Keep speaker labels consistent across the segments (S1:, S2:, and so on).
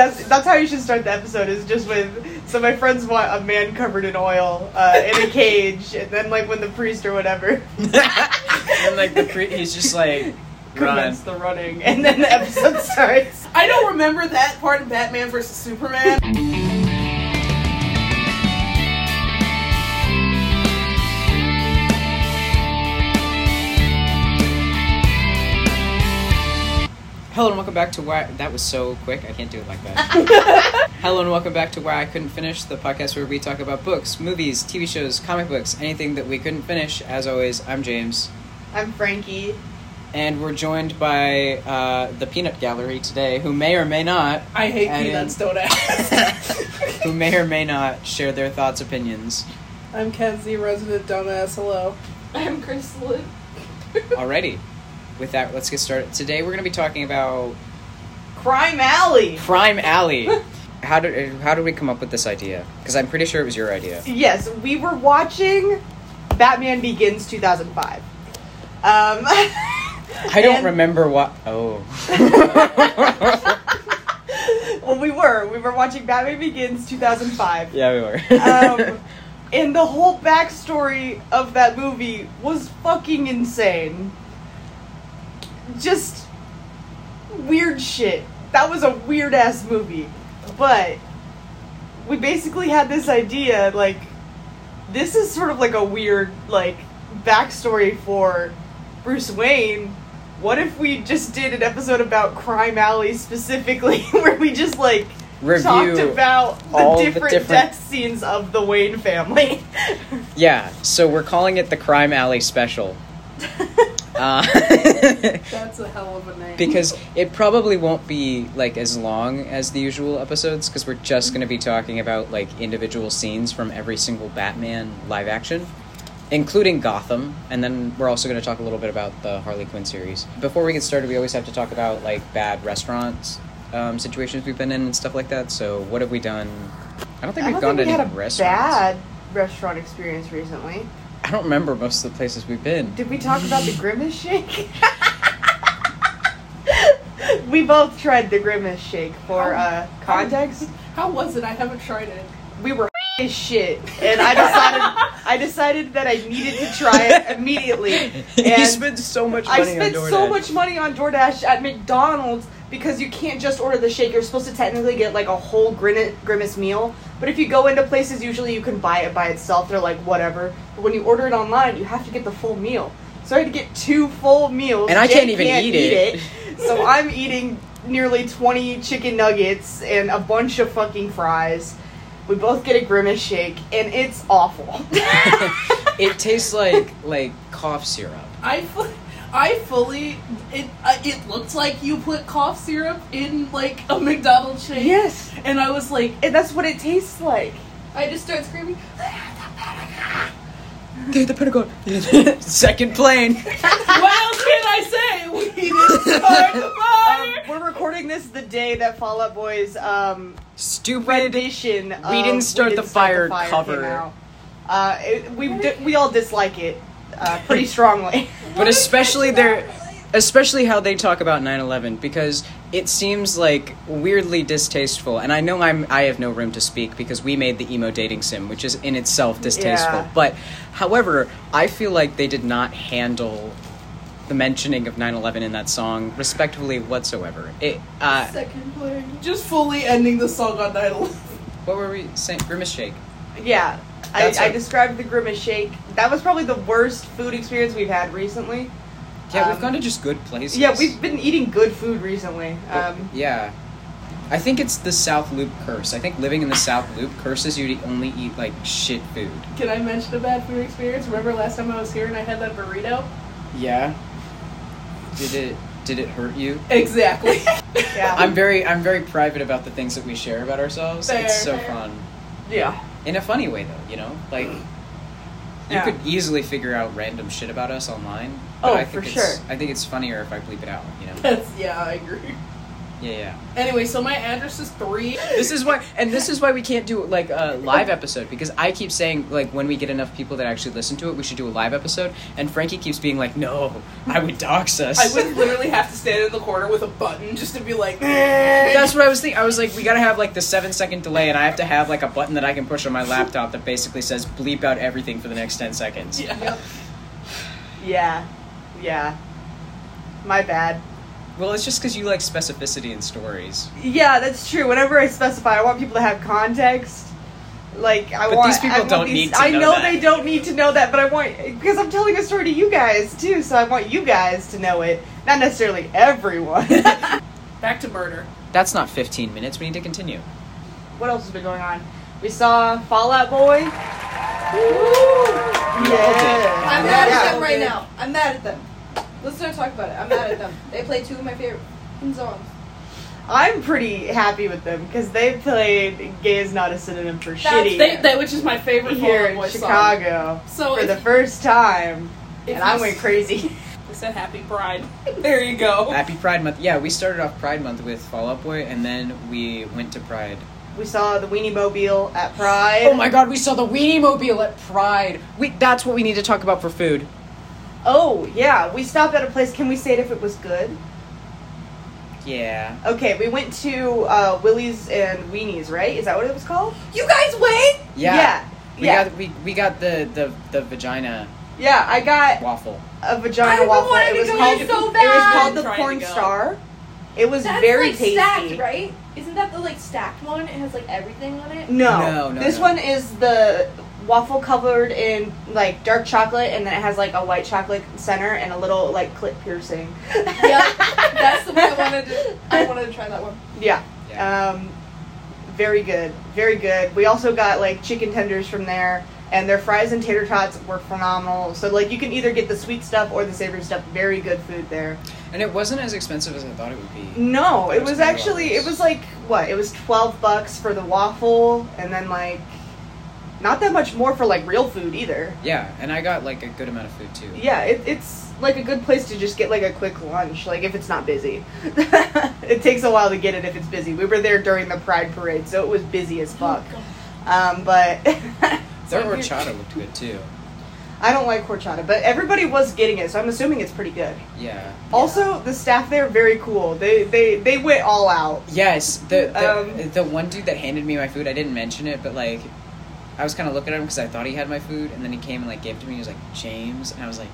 S1: That's that's how you should start the episode. Is just with so my friends want a man covered in oil uh, in a cage, and then like when the priest or whatever.
S2: and like the pre- he's just like run.
S1: commence the running, and then the episode starts.
S3: I don't remember that part of Batman versus Superman.
S2: Hello and welcome back to why that was so quick. I can't do it like that. Hello and welcome back to why I couldn't finish the podcast where we talk about books, movies, TV shows, comic books, anything that we couldn't finish. As always, I'm James,
S1: I'm Frankie.
S2: and we're joined by uh, the Peanut Gallery today, who may or may not,
S3: I hate
S2: I
S3: peanuts,
S2: didn't-
S3: don't ask.
S2: who may or may not share their thoughts, opinions.
S3: I'm Kenzie, resident don't ask hello.
S4: I'm Crystalline.
S2: Alrighty, with that, let's get started. Today we're going to be talking about
S1: Crime Alley.
S2: Crime Alley. How did how did we come up with this idea? Because I'm pretty sure it was your idea.
S1: Yes, we were watching Batman Begins 2005. Um,
S2: I don't
S1: and-
S2: remember what. Oh.
S1: well, we were. We were watching Batman Begins 2005.
S2: yeah, we were.
S1: Um, and the whole backstory of that movie was fucking insane. Just weird shit. That was a weird ass movie. But we basically had this idea like, this is sort of like a weird, like, backstory for Bruce Wayne. What if we just did an episode about Crime Alley specifically, where we just, like, talked
S2: Review.
S1: about the
S2: all the
S1: different,
S2: different-
S1: death scenes of the Wayne family.
S2: yeah, so we're calling it the Crime Alley Special. Uh,
S3: That's a hell of a name.
S2: because it probably won't be like as long as the usual episodes because we're just going to be talking about like individual scenes from every single Batman live action, including Gotham, and then we're also going to talk a little bit about the Harley Quinn series. Before we get started, we always have to talk about like bad restaurants um, situations we've been in and stuff like that. So what have we done? I don't think
S1: I
S2: we've
S1: don't
S2: gone
S1: think we
S2: to
S1: had
S2: any
S1: a
S2: restaurants.
S1: bad restaurant experience recently.
S2: I don't remember most of the places we've been.
S1: Did we talk about the Grimace Shake? we both tried the Grimace Shake for uh, context.
S3: How was it? I haven't tried it.
S1: We were as shit, and I decided I decided that I needed to try it immediately.
S2: you
S1: And
S2: spent so much money
S1: I spent
S2: on
S1: so
S2: DoorDash.
S1: much money on DoorDash at McDonald's because you can't just order the shake. You're supposed to technically get like a whole grin- grimace meal. But if you go into places, usually you can buy it by itself. They're like whatever. But when you order it online, you have to get the full meal. So I had to get two full meals,
S2: And I
S1: Jay
S2: can't even eat it.
S1: So I'm eating nearly 20 chicken nuggets and a bunch of fucking fries. We both get a grimace shake, and it's awful.
S2: It tastes like like cough syrup.
S3: I, fu- I fully. It uh, it looks like you put cough syrup in like a McDonald's shake.
S1: yes,
S3: And I was like,
S1: and that's what it tastes like.
S4: I just start screaming.
S2: They're the Pentagon. Second plane.
S3: what else can I say? We need to start the
S1: Um,
S3: fire.
S1: we're recording this the day that Fall Out Boy's um,
S2: Stupid.
S1: rendition. Of
S2: Didn't Start the Fire cover.
S1: came out. Uh, it, we di- we all dislike it uh, pretty strongly.
S2: But especially their, especially how they talk about 9/11 because it seems like weirdly distasteful. And I know I'm I have no room to speak because we made the emo dating sim, which is in itself distasteful.
S1: Yeah.
S2: But however, I feel like they did not handle the mentioning of 9/11 in that song respectfully whatsoever. It. Uh,
S4: Second player.
S3: Just fully ending the song on 9 11.
S2: what were we saying? Grimace shake.
S1: yeah, I,
S2: That's
S1: I
S2: a-
S1: described the grimace shake. That was probably the worst food experience we've had recently.
S2: Yeah, we've
S1: Um,
S2: gone to just good places.
S1: Yeah, we've been eating good food recently. Um,
S2: Yeah. I think it's the South Loop curse. I think living in the South Loop curses you to only eat like shit food.
S3: Can I mention a bad food experience? Remember last time I was here and I had that burrito?
S2: Yeah. Did it did it hurt you?
S3: Exactly.
S1: yeah,
S2: I'm very I'm very private about the things that we share about ourselves.
S3: Fair.
S2: It's so
S4: Fair.
S2: fun.
S1: yeah.
S2: In a funny way though, you know? Like you
S1: Yeah.
S2: could easily figure out random shit about us online. But
S1: Oh,
S2: I think
S1: for
S2: it's
S1: sure.
S2: I think it's funnier if I bleep it out, you know.
S3: That's, yeah, I agree.
S2: Yeah, yeah.
S3: Anyway, so my address is three.
S2: This is why, and this is why we can't do like a live episode because I keep saying like when we get enough people that actually listen to it, we should do a live episode. And Frankie keeps being like, "No, I would dox us."
S3: I would literally have to stand in the corner with a button just to be like.
S2: That's what I was thinking. I was like, we gotta have like the seven second delay, and I have to have like a button that I can push on my laptop that basically says bleep out everything for the next ten seconds.
S3: Yeah.
S1: Yeah. Yeah. My bad.
S2: Well, it's just because you like specificity in stories,
S1: Yeah, that's true. Whenever I specify, I want people to have context. Like I
S2: But
S1: want.
S2: these people
S1: I want
S2: don't
S1: these-
S2: need to
S1: I
S2: know
S1: know
S2: that.
S1: they don't need to know that, but I want because I'm telling a story to you guys too, so I want you guys to know it, not necessarily everyone.
S3: Back to murder.
S2: that's not fifteen minutes. We need to continue.
S1: what else has been going on? We saw Fallout Boy.
S2: We all did.
S1: Yeah.
S4: I'm mad
S1: Yeah.
S4: at them right now. I'm mad at them. Let's not talk about it. I'm mad at them. They play two of my favorite fucking songs.
S1: I'm pretty happy with them because they played "Gay is Not a Synonym for Shitty"
S3: They, that, which is my favorite
S1: here
S3: Fallout
S1: in
S3: Boy song.
S1: Chicago
S3: So
S1: for
S3: if
S1: the
S3: you-
S1: first time,
S3: if
S1: and I
S3: you
S1: went
S3: s-
S1: crazy.
S3: They said Happy Bride. there you go.
S2: Happy Pride Month. Yeah, we started off Pride Month with Fall Out Boy, and then we went to Pride.
S1: We saw the Weenie Mobile at Pride.
S2: Oh my God, we saw the Weenie Mobile at Pride. We that's what we need to talk about for food.
S1: Oh yeah, we stopped at a place. Can we say it if it was good?
S2: Yeah.
S1: Okay, we went to uh, Willie's and Weenies, right? Is that what it was called?
S4: You guys wait!
S2: Yeah.
S1: Yeah.
S2: We
S1: yeah.
S2: got we, we got the, the the vagina
S1: yeah, I got
S2: waffle.
S1: a vagina
S4: I
S1: waffle.
S4: wanted
S1: It
S4: to
S1: was
S4: go
S1: called
S4: in so
S1: It was
S4: bad.
S1: called the
S3: Trying to
S1: Porn
S3: go.
S1: Star. It was
S4: That's
S1: very
S4: like
S1: tasty.
S4: stacked, right? Isn't that the like stacked one? It has like everything on it.
S1: No,
S2: No, no,
S1: this
S2: no.
S1: one is the waffle covered in like dark chocolate, and then it has like a white chocolate center and a little like clit piercing.
S4: yep. That's the one I wanted to I wanted to try that one.
S1: Yeah.
S2: Yeah.
S1: Um, very good, very good. We also got like chicken tenders from there, and their fries and tater tots were phenomenal. So like you can either get the sweet stuff or the savory stuff. Very good food there.
S2: and it wasn't as expensive as I thought it would be.
S1: No,
S2: That
S1: it
S2: was
S1: was
S2: pretty
S1: actually
S2: nice.
S1: it was like what? It was twelve bucks for the waffle, and then like not that much more for like real food either.
S2: Yeah, and I got like a good amount of food too.
S1: Yeah, it, it's like a good place to just get like a quick lunch, like if it's not busy. it takes a while to get it if it's busy. We were there during the Pride Parade, so it was busy
S2: Oh,
S1: as fuck. Um, but
S2: Their
S3: So if you're-
S2: horchata looked good too.
S1: I don't like horchata, but everybody was getting it, so I'm assuming it's pretty good.
S2: Yeah.
S1: Also, the staff there very cool. They they they went all out.
S2: Yes, the the,
S1: Um,
S2: the one dude that handed me my food, I didn't mention it, but like, I was kind of looking at him because I thought he had my food, and then he came and like gave it to me. He was like James, and I was like,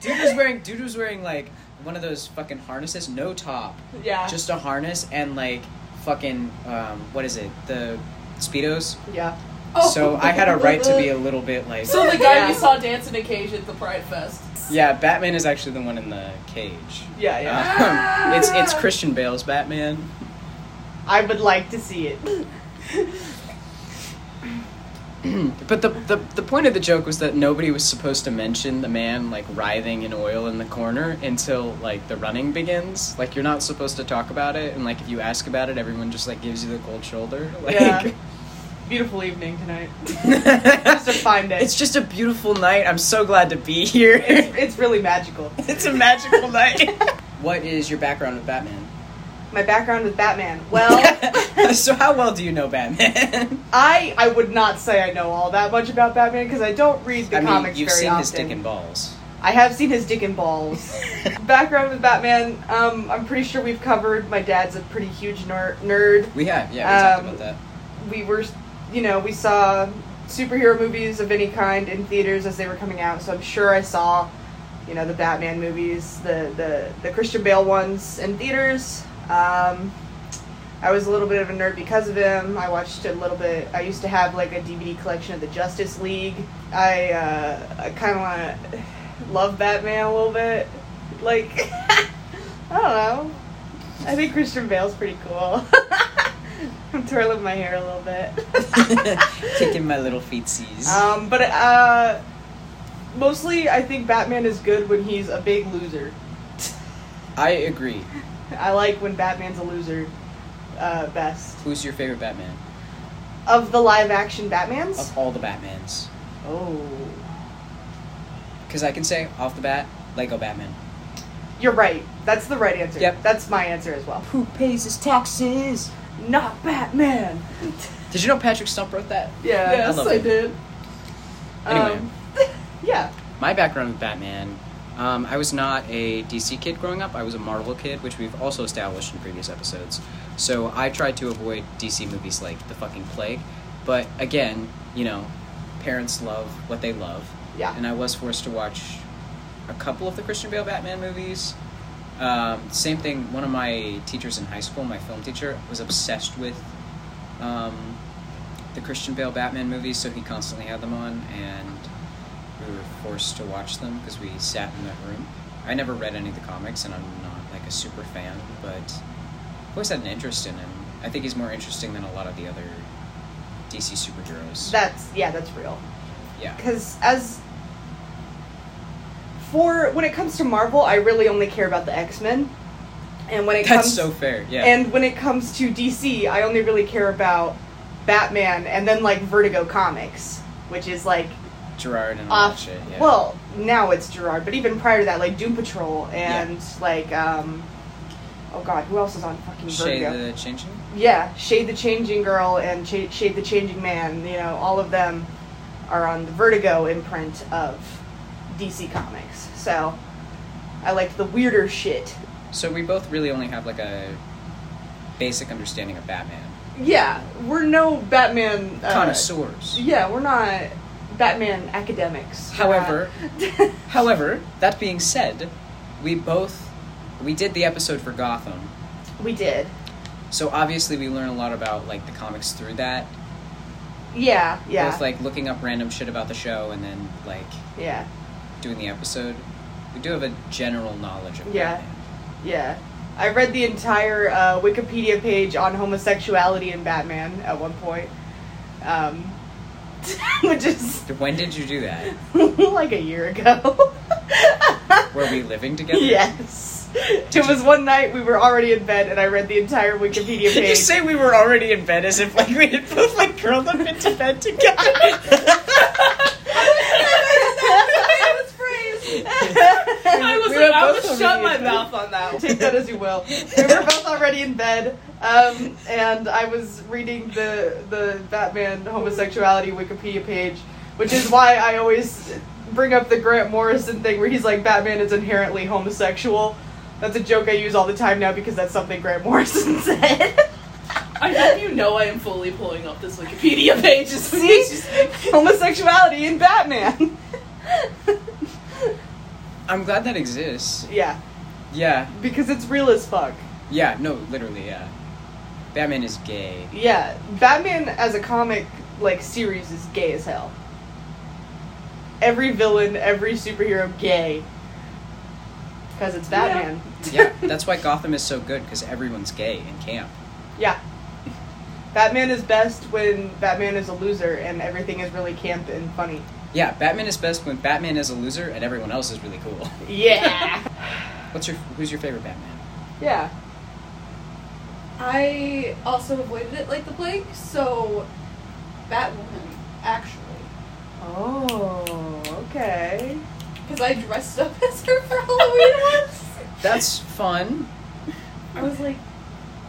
S2: dude was wearing dude was wearing like one of those fucking harnesses, no top,
S1: yeah.
S2: just a harness, and like fucking um, what is it, the speedos.
S1: yeah.
S4: Oh,
S2: So I had a right to be a little bit like,
S3: So the guy
S1: Yeah.
S3: we saw dancing a cage at the Pride Fest.
S2: yeah, Batman is actually the one in the cage.
S1: Yeah, yeah.
S2: Um, it's it's Christian Bale's Batman.
S1: I would like to see it. Hmm.
S2: But the, the the point of the joke was that nobody was supposed to mention the man like writhing in oil in the corner until like the running begins. Like you're not supposed to talk about it, and like if you ask about it, everyone just like gives you the cold shoulder. Like,
S1: Yeah. Beautiful evening tonight. It's a fine day.
S2: It's just a beautiful night. I'm so glad to be here.
S1: It's, it's really magical.
S2: it's a magical night. what is your background with Batman?
S1: My background with Batman. Well,
S2: so how well do you know Batman?
S1: I I would not say I know all that much about Batman because I don't read the
S2: I mean,
S1: comics
S2: you've
S1: very
S2: seen
S1: often.
S2: his dick and balls.
S1: I have seen his dick and balls. background with Batman. Um, I'm pretty sure we've covered. My dad's a pretty huge ner- nerd.
S2: We have, yeah, we
S1: Um,
S2: talked about that.
S1: We were, you know, we saw superhero movies of any kind in theaters as they were coming out. So I'm sure I saw, you know, the Batman movies, the the the Christian Bale ones in theaters. Um, I was a little bit of a nerd because of him. I watched a little bit. I used to have like a DVD collection of the Justice League. I uh, I kind of want to love Batman a little bit. Like I don't know. I think Christian Bale's pretty cool. I'm twirling my hair a little bit.
S2: Kicking my little feetsies.
S1: um, but uh, mostly, I think Batman is good when he's a big loser.
S2: I agree.
S1: I like when Batman's a loser uh, best.
S2: Who's your favorite Batman?
S1: Of the live action Batmans?
S2: Of all the Batmans.
S1: Oh.
S2: because I can say off the bat, Lego Batman.
S1: You're right. That's the right answer.
S2: Yep.
S1: That's my answer as well.
S2: Who pays his taxes?
S1: Not Batman.
S2: Did you know Patrick Stump wrote that?
S1: Yeah.
S2: I
S3: yes,
S2: love
S3: I,
S2: it.
S3: did.
S2: Anyway,
S3: Um,
S1: Yeah.
S2: my background with Batman, um, I was not a DC kid growing up. I was a Marvel kid, which we've also established in previous episodes. So I tried to avoid DC movies like the fucking plague. But again, you know, parents love what they love.
S1: Yeah.
S2: And I was forced to watch a couple of the Christian Bale Batman movies. Um, same thing. One of my teachers in high school, my film teacher, was obsessed with um, the Christian Bale Batman movies, so he constantly had them on, and we were forced to watch them because we sat in that room. I never read any of the comics, and I'm not like a super fan, but I've always had an interest in him. I think he's more interesting than a lot of the other DC superheroes.
S1: That's yeah. That's real.
S2: yeah,
S1: because as for when it comes to Marvel, I really only care about the X Men, and when it
S2: that's
S1: comes
S2: so fair. Yeah,
S1: and when it comes to DC, I only really care about Batman and then like Vertigo comics, which is like
S2: Gerard and all
S1: off.
S2: that Oh, shit. Yeah.
S1: Well, now it's Gerard, but even prior to that, like Doom Patrol and like um, oh god, who else is on fucking
S2: Shay
S1: Vertigo?
S2: the Changing.
S1: yeah, Shade the Changing Girl and Ch- Shade the Changing Man, you know, all of them are on the Vertigo imprint of DC Comics. So I liked the weirder shit.
S2: So we both really only have like a basic understanding of Batman.
S1: Yeah, we're no Batman uh,
S2: Connoisseurs.
S1: Yeah, we're not Batman academics.
S2: However-
S1: We're not-
S2: However, that being said, we both we did the episode for Gotham,
S1: we did.
S2: so obviously we learn a lot about like the comics through that.
S1: Yeah, yeah,
S2: Both like looking up random shit about the show and then like
S1: yeah,
S2: doing the episode. We do have a general knowledge of
S1: Yeah.
S2: Batman.
S1: yeah. I read the entire uh, Wikipedia page on homosexuality in Batman at one point, um, which is
S2: When did you do that?
S1: like a year ago.
S2: Were we living together?
S1: yes. It was one night we were already in bed and I read the entire Wikipedia
S2: You
S1: page.
S2: say we were already in bed as if like we had both like curled up into bed together.
S4: that was phrased.
S3: I was
S1: We
S3: like,
S1: were
S3: I
S1: both
S3: was shut my
S1: obedient.
S3: mouth on that one.
S1: Take that as you will. We were both already in bed, um, and I was reading the the Batman homosexuality Wikipedia page, which is why I always bring up the Grant Morrison thing where he's like Batman is inherently homosexual. That's a joke I use all the time now because that's something Grant Morrison said.
S3: I hope you know I am fully pulling up this Wikipedia page. as soon
S1: See?
S3: as you-
S1: homosexuality in Batman.
S2: I'm glad that exists.
S1: yeah,
S2: Yeah.
S1: because it's real as fuck.
S2: Yeah, no, literally, yeah. Batman is gay.
S1: Yeah, Batman as a comic like series is gay as hell. Every villain, every superhero, gay. Because it's Batman.
S2: Yeah, that's why Gotham is so good because everyone's gay in camp.
S1: Yeah. Batman is best when Batman is a loser and everything is really camp and funny.
S2: Yeah, Batman is best when Batman is a loser and everyone else is really cool.
S1: Yeah.
S2: What's your who's your favorite Batman?
S1: yeah.
S4: I also avoided it like the plague, so Batwoman, actually.
S1: Oh, okay.
S4: Because I dressed up as her for Halloween once.
S2: That's fun.
S4: I was like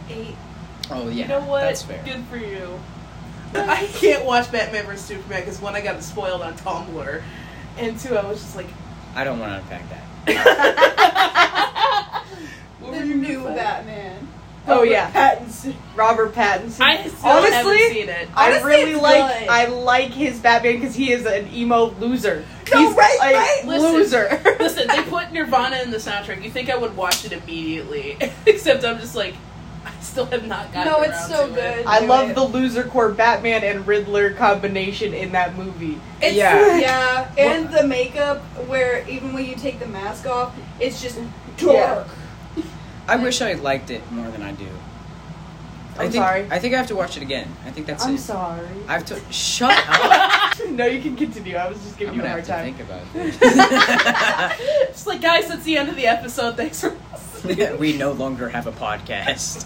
S4: eight.
S2: Oh yeah,
S3: you know what?
S2: that's fair.
S3: Good for you. I can't watch Batman vs Superman because one, I got it spoiled on Tumblr, and two, I was just like,
S2: I don't want to unpack that.
S3: what
S4: The
S3: were you gonna
S4: new
S3: say?
S4: Batman.
S1: Oh yeah,
S4: Pattinson.
S1: Robert Pattinson.
S3: I still haven't
S1: Honestly,
S3: seen it.
S1: I
S4: Honestly,
S1: really
S4: it's
S1: like
S4: good.
S1: I like his Batman because he is an emo loser.
S4: No,
S1: He's
S4: right,
S1: a
S4: right?
S3: Listen.
S1: Loser.
S3: Listen, they put Nirvana in the soundtrack. You think I would watch it immediately? Except I'm just like, I still have not gotten.
S4: No, it's
S3: around
S4: so
S3: to
S4: good.
S3: It.
S1: I
S4: Do
S1: love
S4: it.
S1: the loser core Batman and Riddler combination in that movie.
S4: It's,
S2: Yeah.
S4: yeah. And the makeup, where even when you take the mask off, it's just
S1: Yeah.
S4: dark.
S2: I wish I liked it more than I do. I
S1: I'm
S2: think,
S1: sorry.
S2: I think I have to watch it again. I think that's
S1: I'm
S2: it.
S1: sorry.
S2: I've to shut up.
S1: no, you can continue. I was just
S2: I'm
S1: giving you
S2: gonna
S1: a
S2: have
S1: hard
S2: to
S1: time.
S2: think about this.
S3: Just like, guys, that's the end of the episode. Thanks for listening.
S2: we no longer have a podcast.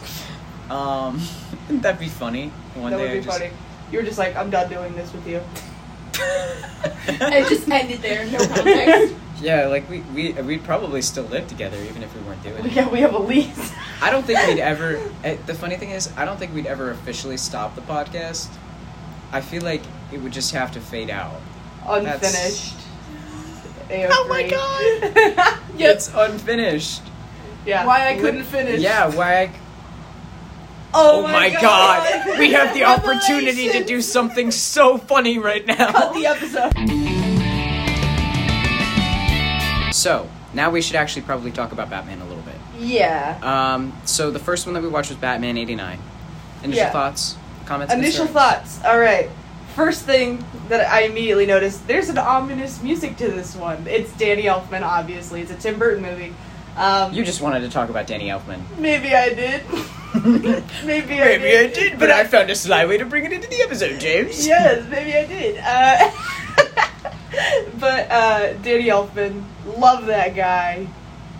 S2: Um, that'd be funny. One
S1: that
S2: day
S1: would
S2: I
S1: be
S2: just-
S1: funny. You were just like, I'm done doing this with you.
S4: It just ended there, no context.
S2: yeah, like we we we'd probably still live together even if we weren't doing it.
S1: Yeah, we have a lease.
S2: I don't think we'd ever. eh, The funny thing is, I don't think we'd ever officially stop the podcast. I feel like it would just have to fade out.
S1: Unfinished.
S2: Oh my
S1: AO3.
S3: Yep.
S2: It's unfinished.
S1: yeah.
S3: Why I couldn't finish.
S2: Yeah, why? I,
S1: Oh,
S2: oh my god. we have the opportunity to do something so funny right now.
S1: the episode.
S2: So now we should actually probably talk about Batman a little bit.
S1: Yeah.
S2: Um, so the first one that we watched was Batman '89. Initial
S1: Yeah.
S2: thoughts, comments.
S1: Initial
S2: concerns?
S1: thoughts. All right. First thing that I immediately noticed: there's an ominous music to this one. It's Danny Elfman, obviously. It's a Tim Burton movie. Um,
S2: You just wanted to talk about Danny Elfman.
S1: maybe I did. maybe, I did.
S2: found a sly way to bring it into the episode, James.
S1: yes, maybe I did. Uh, but uh, Danny Elfman, love that guy.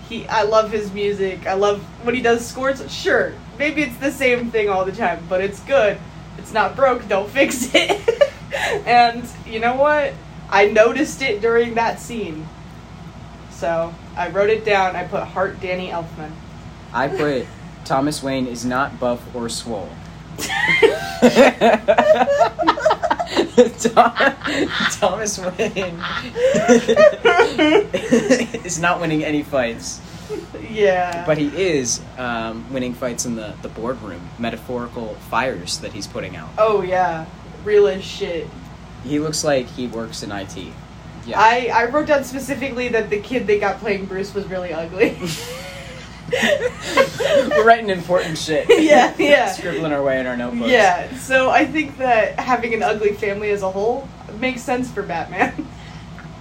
S1: He, I love his music. I love when he does scores. Sure, maybe it's the same thing all the time, but it's good. It's not broke, don't fix it. and you know what? I noticed it during that scene, so I wrote it down. I put heart Danny Elfman.
S2: I put Thomas Wayne is not buff or swole. Tom- Thomas Wayne is not winning any fights,
S1: Yeah.
S2: but he is um, winning fights in the, the boardroom, metaphorical fires that he's putting out.
S1: oh yeah, real as shit.
S2: He looks like he works in IT. Yeah.
S1: I, I wrote down specifically that the kid they got playing Bruce was really ugly.
S2: We're writing important shit.
S1: Yeah, yeah.
S2: Scribbling our way in our notebooks.
S1: yeah, so I think that having an ugly family as a whole makes sense for Batman.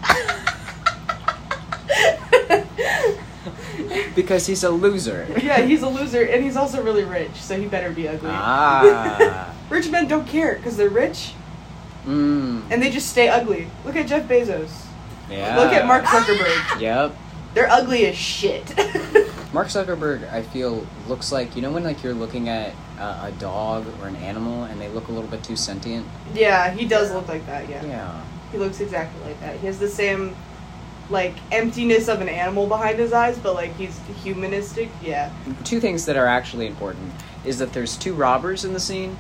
S2: Because he's a loser.
S1: yeah, he's a loser and he's also really rich, so he better be ugly.
S2: Ah.
S1: rich men don't care because they're rich
S2: Mm.
S1: and they just stay ugly. Look at Jeff Bezos.
S2: Yeah.
S1: Look at Mark Zuckerberg.
S2: Yep.
S1: They're ugly as shit.
S2: Mark Zuckerberg, I feel, looks like you know when like you're looking at uh, a dog or an animal and they look a little bit too sentient.
S1: yeah, he does look like that, yeah.
S2: Yeah.
S1: He looks exactly like that. He has the same like emptiness of an animal behind his eyes, but like he's humanistic. Yeah.
S2: Two things that are actually important is that there's two robbers in the scene,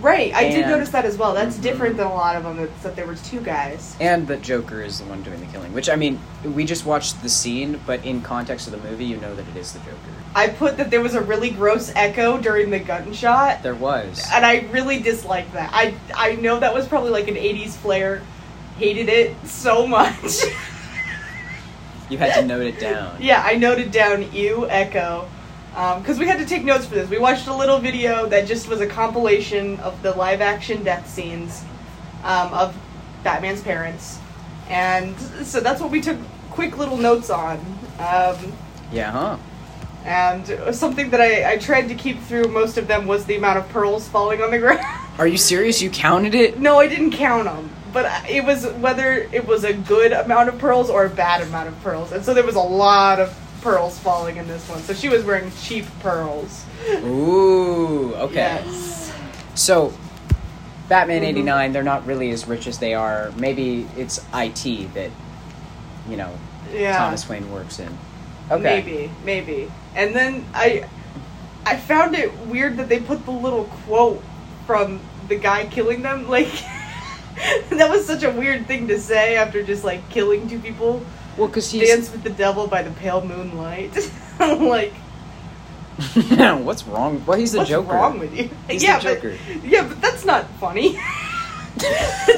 S1: Right. I did
S2: And-
S1: notice that as well. That's
S2: Mhm.
S1: different than a lot of them. It's that there were two guys.
S2: and that Joker is the one doing the killing. Which I mean, we just watched the scene, but in context of the movie, you know that it is the Joker.
S1: I put that there was a really gross echo during the gunshot,
S2: There was.
S1: and I really disliked that. I I know that was probably like an '80s flair. Hated it so much.
S2: You had to note it down.
S1: Yeah, I noted down ew echo because we had to take notes for this. We watched a little video that just was a compilation of the live action death scenes um, of Batman's parents, and so that's what we took quick little notes on. Um,
S2: Yeah, huh?
S1: and something that I, I tried to keep through most of them was the amount of pearls falling on the ground.
S2: Are you serious? You counted it?
S1: no, I didn't count them. But I- it was whether it was a good amount of pearls or a bad amount of pearls. And so there was a lot of pearls falling in this one. So she was wearing cheap pearls.
S2: Ooh, okay.
S1: Yes.
S2: So,
S1: Mm-hmm.
S2: Batman 89, they're not really as rich as they are. Maybe it's IT that, you know,
S1: Yeah.
S2: Thomas Wayne works in. Okay.
S1: Maybe, maybe. And then I I found it weird that they put the little quote from the guy killing them like that was such a weird thing to say after just like killing two people.
S2: Well, because he's.
S1: Dance with the devil by the pale moonlight. I'm like
S2: What's wrong? Well, he's the
S1: What's
S2: Joker.
S1: wrong with you?
S2: He's the
S1: yeah,
S2: Joker.
S1: But, yeah, but that's not funny.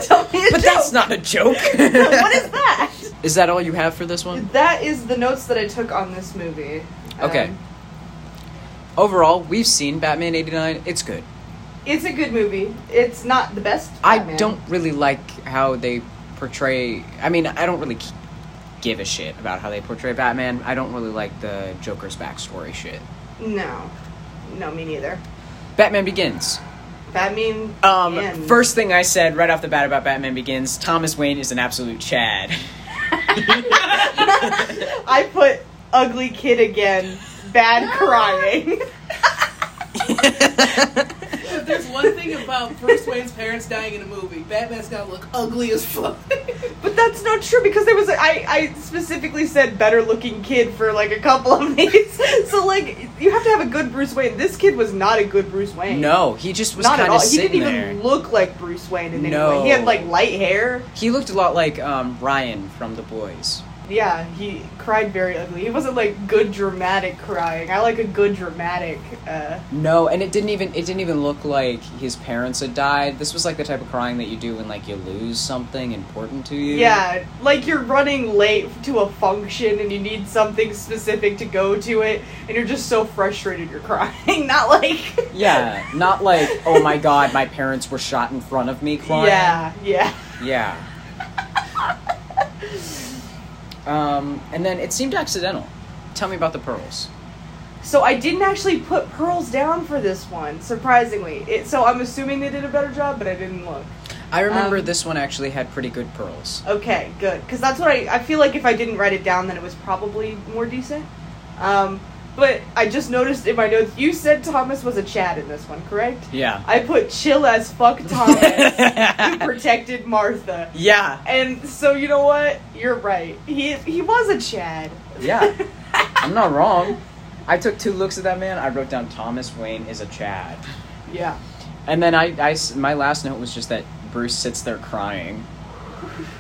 S1: Tell me a
S2: but
S1: joke.
S2: that's not a joke.
S1: what is that?
S2: Is that all you have for this one?
S1: That is the notes that I took on this movie.
S2: Okay.
S1: Um,
S2: Overall, we've seen Batman 89. It's good.
S1: it's a good movie. It's not the best.
S2: I
S1: Batman.
S2: don't really like how they portray. I mean, I don't really c- give a shit about how they portray Batman. I don't really like the Joker's backstory shit.
S1: No, no, me neither.
S2: Batman Begins.
S1: Batman.
S2: Um,
S1: and-
S2: first thing I said right off the bat about Batman Begins: Thomas Wayne is an absolute Chad.
S1: I put ugly kid again. Bad crying.
S3: If there's one thing talking about Bruce Wayne's parents dying in a movie. Batman's gonna look ugly as fuck.
S1: But that's not true because there was a, I, I specifically said better looking kid for like a couple of these. so like you have to have a good Bruce Wayne. This kid was not a good Bruce Wayne.
S2: No, he just was
S1: not at
S2: kind
S1: all.
S2: of
S1: He didn't
S2: sitting
S1: even
S2: there.
S1: look like Bruce Wayne in any
S2: No.
S1: way. He had like light hair.
S2: he looked a lot like um, Ryan from The Boys.
S1: Yeah, he cried very ugly. He wasn't like good dramatic crying. I like a good dramatic. Uh,
S2: No, and it didn't even it didn't even look like his parents had died. This was like the type of crying that you do when like you lose something important to you.
S1: Yeah, like you're running late to a function and you need something specific to go to it, and you're just so frustrated you're crying. Not like.
S2: Yeah, not like oh my god, my parents were shot in front of me crying.
S1: Yeah, yeah.
S2: Yeah. um, and then it seemed accidental. Tell me about the pearls.
S1: So I didn't actually put pearls down for this one, surprisingly. It, so I'm assuming they did a better job, but I didn't look.
S2: I remember
S1: Um,
S2: this one actually had pretty good pearls.
S1: Okay, good. Because that's what I, I feel like if I didn't write it down, then it was probably more decent. Um, but I just noticed in my notes, you said Thomas was a Chad in this one, correct?
S2: Yeah.
S1: I put chill as fuck Thomas who protected Martha.
S2: yeah.
S1: And so you know what? You're right. He he was a Chad.
S2: Yeah. I'm not wrong. I took two looks at that man. I wrote down Thomas Wayne is a Chad.
S1: yeah.
S2: And then I, I s- my last note was just that Bruce sits there crying.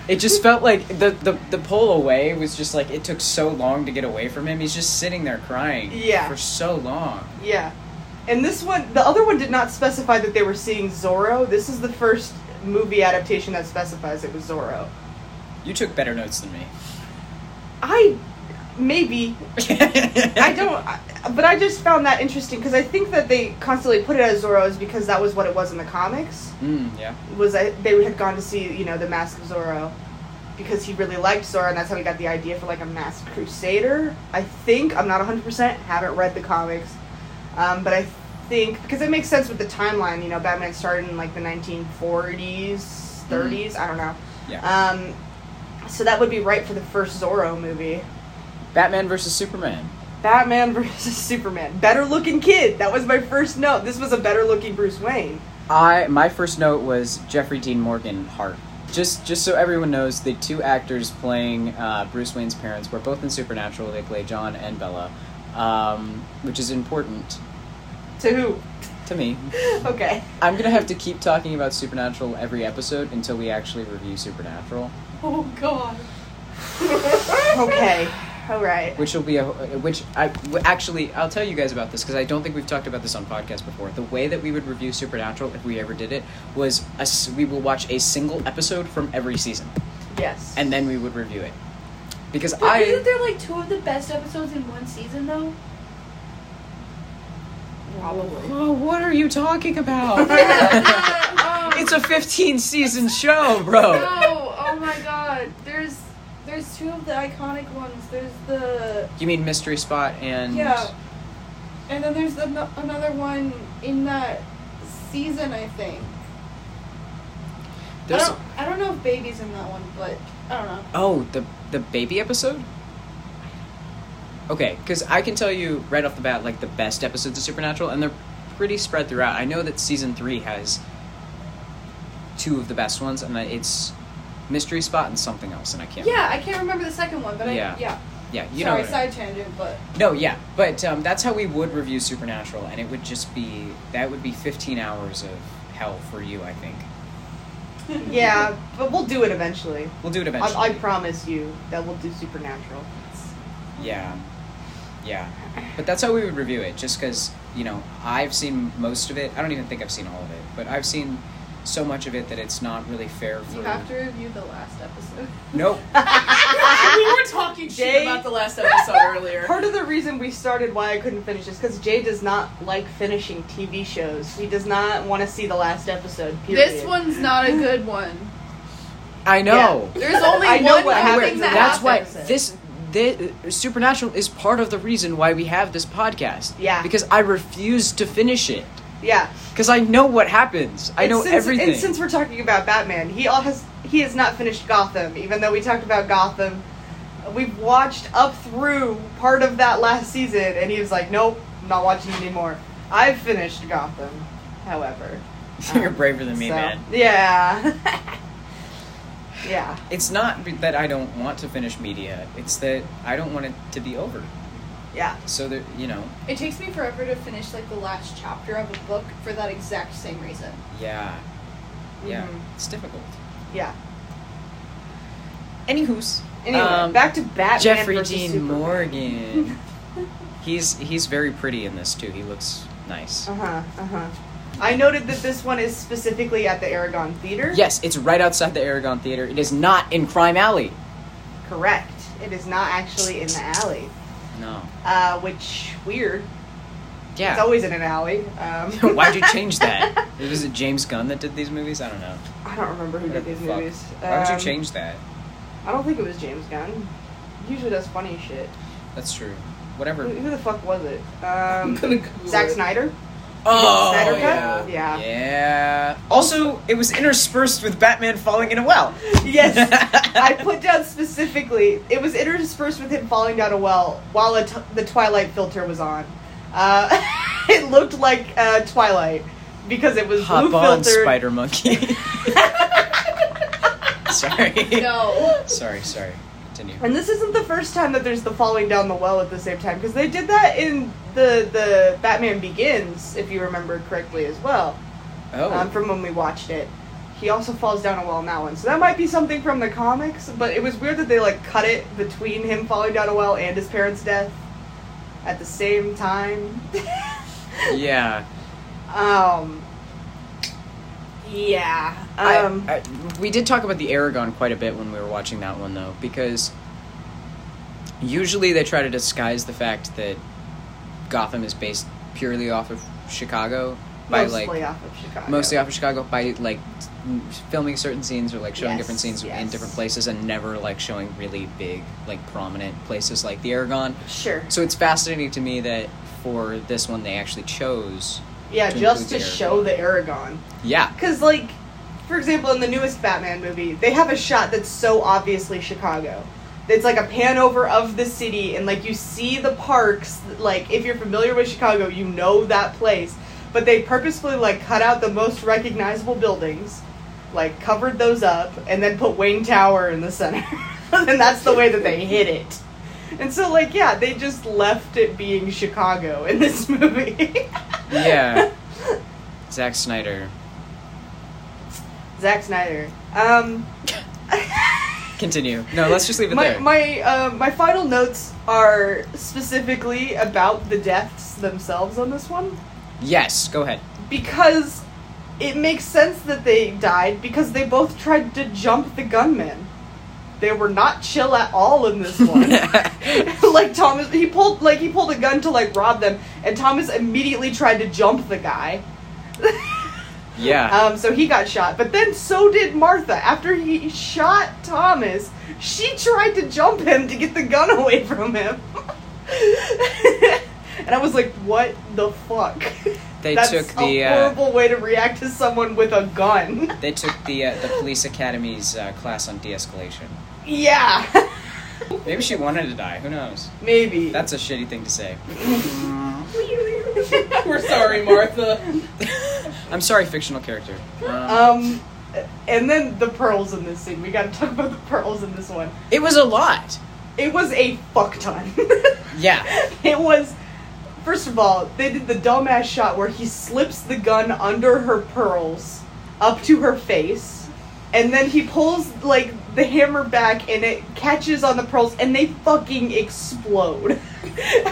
S2: It just felt like the, the, the pull away was just like it took so long to get away from him. He's just sitting there crying
S1: Yeah.
S2: for so long.
S1: Yeah. And this one, the other one did not specify that they were seeing Zorro. This is the first movie adaptation that specifies it was Zorro.
S2: You took better notes than me.
S1: I maybe I don't, I, but I just found that interesting because I think that they constantly put it as Zorro is because that was what it was in the comics.
S2: Mm, yeah.
S1: Was that they had gone to see you know the Mask of Zorro because he really liked Zorro and that's how he got the idea for like a masked crusader. I think I'm not 100 percent haven't read the comics, um, but I think because it makes sense with the timeline. You know, Batman started in like the 1940s, 30s. I don't know.
S2: Yeah.
S1: Um, so that would be right for the first Zorro movie.
S2: Batman versus Superman.
S1: Batman versus Superman. Better looking kid. That was my first note. This was a better looking Bruce Wayne.
S2: I my first note was Jeffrey Dean Morgan Hart. Just just so everyone knows, the two actors playing uh, Bruce Wayne's parents were both in Supernatural. They play John and Bella, um, which is important
S1: To who?
S2: to me.
S1: Okay.
S2: I'm gonna have to keep talking about Supernatural every episode until we actually review Supernatural,
S3: oh god.
S1: Okay. All right.
S2: which will be a which I w- actually I'll tell you guys about this because I don't think we've talked about this on podcast before. The way that we would review Supernatural if we ever did it was a s we will watch a single episode from every season.
S1: Yes.
S2: and then we would review it. Because
S4: But isn't
S2: I
S4: there like two of the best episodes in one season though?
S1: probably.
S2: Well, what are you talking about?
S4: oh,
S2: it's a 15 season show, bro.
S4: no! Oh my god! There's there's two of the iconic ones. There's the
S2: You mean Mystery Spot and
S4: yeah, and then there's the, another one in that season. I think.
S2: there's
S4: I don't. I don't know if baby's in that one, but I don't know.
S2: Oh, the the baby episode? Okay, cuz I can tell you right off the bat like the best episodes of Supernatural and they're pretty spread throughout. I know that season 3 has two of the best ones and it's Mystery Spot and something else and I can't
S4: Yeah, I can't remember the second one, but I
S2: Yeah.
S4: yeah.
S2: Yeah, you know
S4: Sorry,
S2: what I-
S4: side tangent, but
S2: No, yeah, but um, that's how we would review Supernatural, and it would just be that would be fifteen hours of hell for you. I think
S1: Yeah, but we'll do it eventually.
S2: we'll do it
S1: I,
S2: eventually.
S1: I promise you that we'll do Supernatural.
S2: yeah, yeah, but that's how we would review it. Just because you know I've seen most of it. I don't even think I've seen all of it, but I've seen so much of it that it's not really fair for.
S4: you have to review the last episode.
S2: Nope.
S3: we were talking shit
S1: Jay-
S3: about the last episode earlier.
S1: Part of the reason we started why I couldn't finish is because Jay does not like finishing TV shows. He does not want to see the last episode. Period.
S4: This one's not a good one.
S2: I know.
S4: There's only
S1: I know
S4: one
S1: what
S4: thing
S1: happened.
S4: that
S2: That's why
S4: happens.
S2: this. The Supernatural is part of the reason why we have this podcast.
S1: Yeah.
S2: Because I refuse to finish it.
S1: Yeah.
S2: Because I know what happens. I
S1: And
S2: know
S1: since,
S2: everything.
S1: And since we're talking about Batman, he all has he has not finished Gotham, even though we talked about Gotham. We've watched up through part of that last season, and he was like, "Nope, I'm not watching it anymore." I've finished Gotham, however.
S2: You're braver than me,
S4: so-
S2: man.
S1: Yeah. yeah.
S2: It's not be- that I don't want to finish media. It's that I don't want it to be over.
S1: Yeah.
S2: So that you know,
S4: It takes me forever to finish like the last chapter of a book for that exact same reason.
S2: yeah, yeah,
S1: Mhm.
S2: it's difficult.
S1: Yeah.
S2: Anywho's
S1: Anyway,
S2: Um,
S1: back to Batman.
S2: Jeffrey
S1: versus
S2: Dean
S1: Superman.
S2: Morgan. he's he's very pretty in this too. He looks nice.
S1: Uh huh. Uh huh. I noted that this one is specifically at the Aragon Theater.
S2: Yes, it's right outside the Aragon Theater. It is not in Crime Alley.
S1: Correct. It is not actually in the alley,
S2: No.
S1: uh, which weird.
S2: Yeah.
S1: It's always in an alley. Um,
S2: Why'd you change that? Was it James Gunn that did these movies? I don't know.
S1: I don't remember who did
S2: Whatever
S1: these
S2: the fuck.
S1: movies.
S2: Why would you
S1: Um,
S2: change that?
S1: I don't think it was James Gunn. He usually does funny shit.
S2: That's true.
S1: Who,
S2: Whatever.
S1: who the fuck was it?
S3: I'm
S1: Um,
S3: gonna Google
S1: Zack
S3: it.
S1: Snyder.
S2: Oh,
S1: Snyder
S2: yeah.
S1: Cut? Yeah.
S2: Yeah. Also, it was interspersed with Batman falling in a well.
S1: Yes, I put down specifically. It was interspersed with him falling down a well while a t- the Twilight filter was on. Uh, it looked like uh, Twilight because it was
S2: Hop
S1: blue
S2: on,
S1: filtered.
S2: Spider Monkey. sorry.
S4: No.
S2: Sorry, sorry. Continue.
S1: And this isn't the first time that there's the falling down the well at the same time because they did that in the the Batman Begins, if you remember correctly, as well.
S2: Oh.
S1: um, from when we watched it. He also falls down a well in that one, so that might be something from the comics. But it was weird that they like cut it between him falling down a well and his parents' death at the same time.
S2: yeah.
S1: Um. Yeah.
S2: I-
S1: Um.
S2: I- we did talk about the Aragon quite a bit when we were watching that one, though, because usually they try to disguise the fact that Gotham is based purely off of Chicago by
S1: mostly
S2: like
S1: off of Chicago.
S2: mostly off of Chicago by like m- filming certain scenes or like showing
S1: Yes,
S2: different scenes in
S1: yes.
S2: different places and never like showing really big like prominent places like the Aragon.
S1: Sure.
S2: So it's fascinating to me that for this one they actually chose
S1: Yeah,
S2: to
S1: just to
S2: include the
S1: show the Aragon.
S2: yeah
S1: Because, like, for example, in the newest Batman movie, they have a shot that's so obviously Chicago. It's like a pan over of the city, and like you see the parks. Like, if you're familiar with Chicago, you know that place. But they purposefully like cut out the most recognizable buildings, like covered those up, and then put Wayne Tower in the center. and that's the way that they hid it. And so, like, yeah, they just left it being Chicago in this movie.
S2: Yeah. Zack Snyder.
S1: Zack Snyder. Um,
S2: Continue. No, let's just leave it
S1: my
S2: there.
S1: my uh, my final notes are specifically about the deaths themselves on this one
S2: yes, go ahead.
S1: because it makes sense that they died because they both tried to jump the gunman. They were not chill at all in this one. like Thomas, he pulled like he pulled a gun to like rob them, and Thomas immediately tried to jump the guy.
S2: yeah.
S1: Um, so he got shot, but then so did Martha. After he shot Thomas, she tried to jump him to get the gun away from him. and I was like, what the fuck?
S2: They
S1: That's
S2: took
S1: a
S2: the, uh,
S1: horrible way to react to someone with a gun.
S2: they took the uh, the police academy's uh, class on de-escalation.
S1: yeah,
S2: Maybe she wanted to die. Who knows?
S1: maybe.
S2: That's a shitty thing to say.
S3: We're sorry, Martha.
S2: I'm sorry, fictional character. Um,
S1: um, and then the pearls in this scene. We got to talk about the pearls in this one.
S2: it was a lot.
S1: It was a fuck ton.
S2: Yeah.
S1: it was first of all they did the dumbass shot where he slips the gun under her pearls up to her face and then he pulls like the hammer back and it catches on the pearls and they fucking explode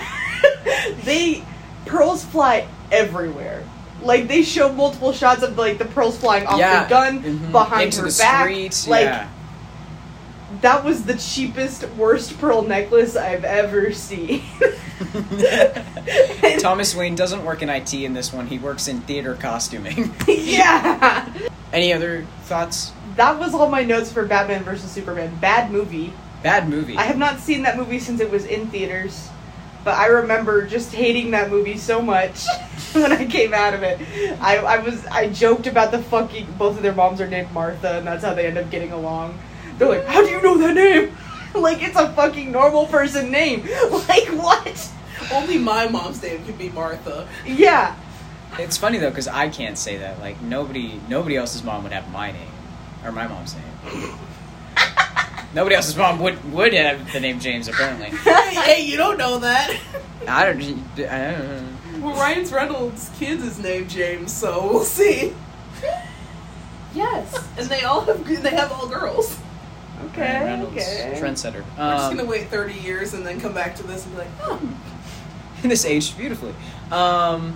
S1: they pearls fly everywhere like they show multiple shots of like the pearls flying off
S2: yeah.
S1: the gun
S2: Mhm.
S1: behind
S2: Into
S1: her
S2: the
S1: back
S2: street.
S1: like
S2: yeah.
S1: that was the cheapest worst pearl necklace i've ever seen And-
S2: Thomas Wayne doesn't work in IT in this one. He works in theater costuming.
S1: yeah.
S2: Any other thoughts?
S1: That was all my notes for Batman versus Superman. Bad movie.
S2: Bad movie.
S1: I have not seen that movie since it was in theaters, but I remember just hating that movie so much when I came out of it. I, I was I joked about the fucking both of their moms are named Martha, and that's how they end up getting along. They're like, how do you know that name? like it's a fucking normal person name. Like what?
S3: Only my mom's name could be Martha.
S1: Yeah.
S2: It's funny though because I can't say that. Like nobody, nobody else's mom would have my name or my mom's name. nobody else's mom would would have the name James. Apparently,
S3: hey, you don't know that.
S2: I don't. I don't know.
S3: Well, Ryan's Reynolds' kids is named James, so we'll see.
S4: Yes.
S3: And they all have they have all girls.
S2: Ryan
S1: Okay.
S2: Reynolds,
S1: Okay.
S2: trendsetter.
S3: We're just gonna
S2: Um,
S3: wait thirty years and then come back to this and be like, oh,
S2: this aged beautifully. Um,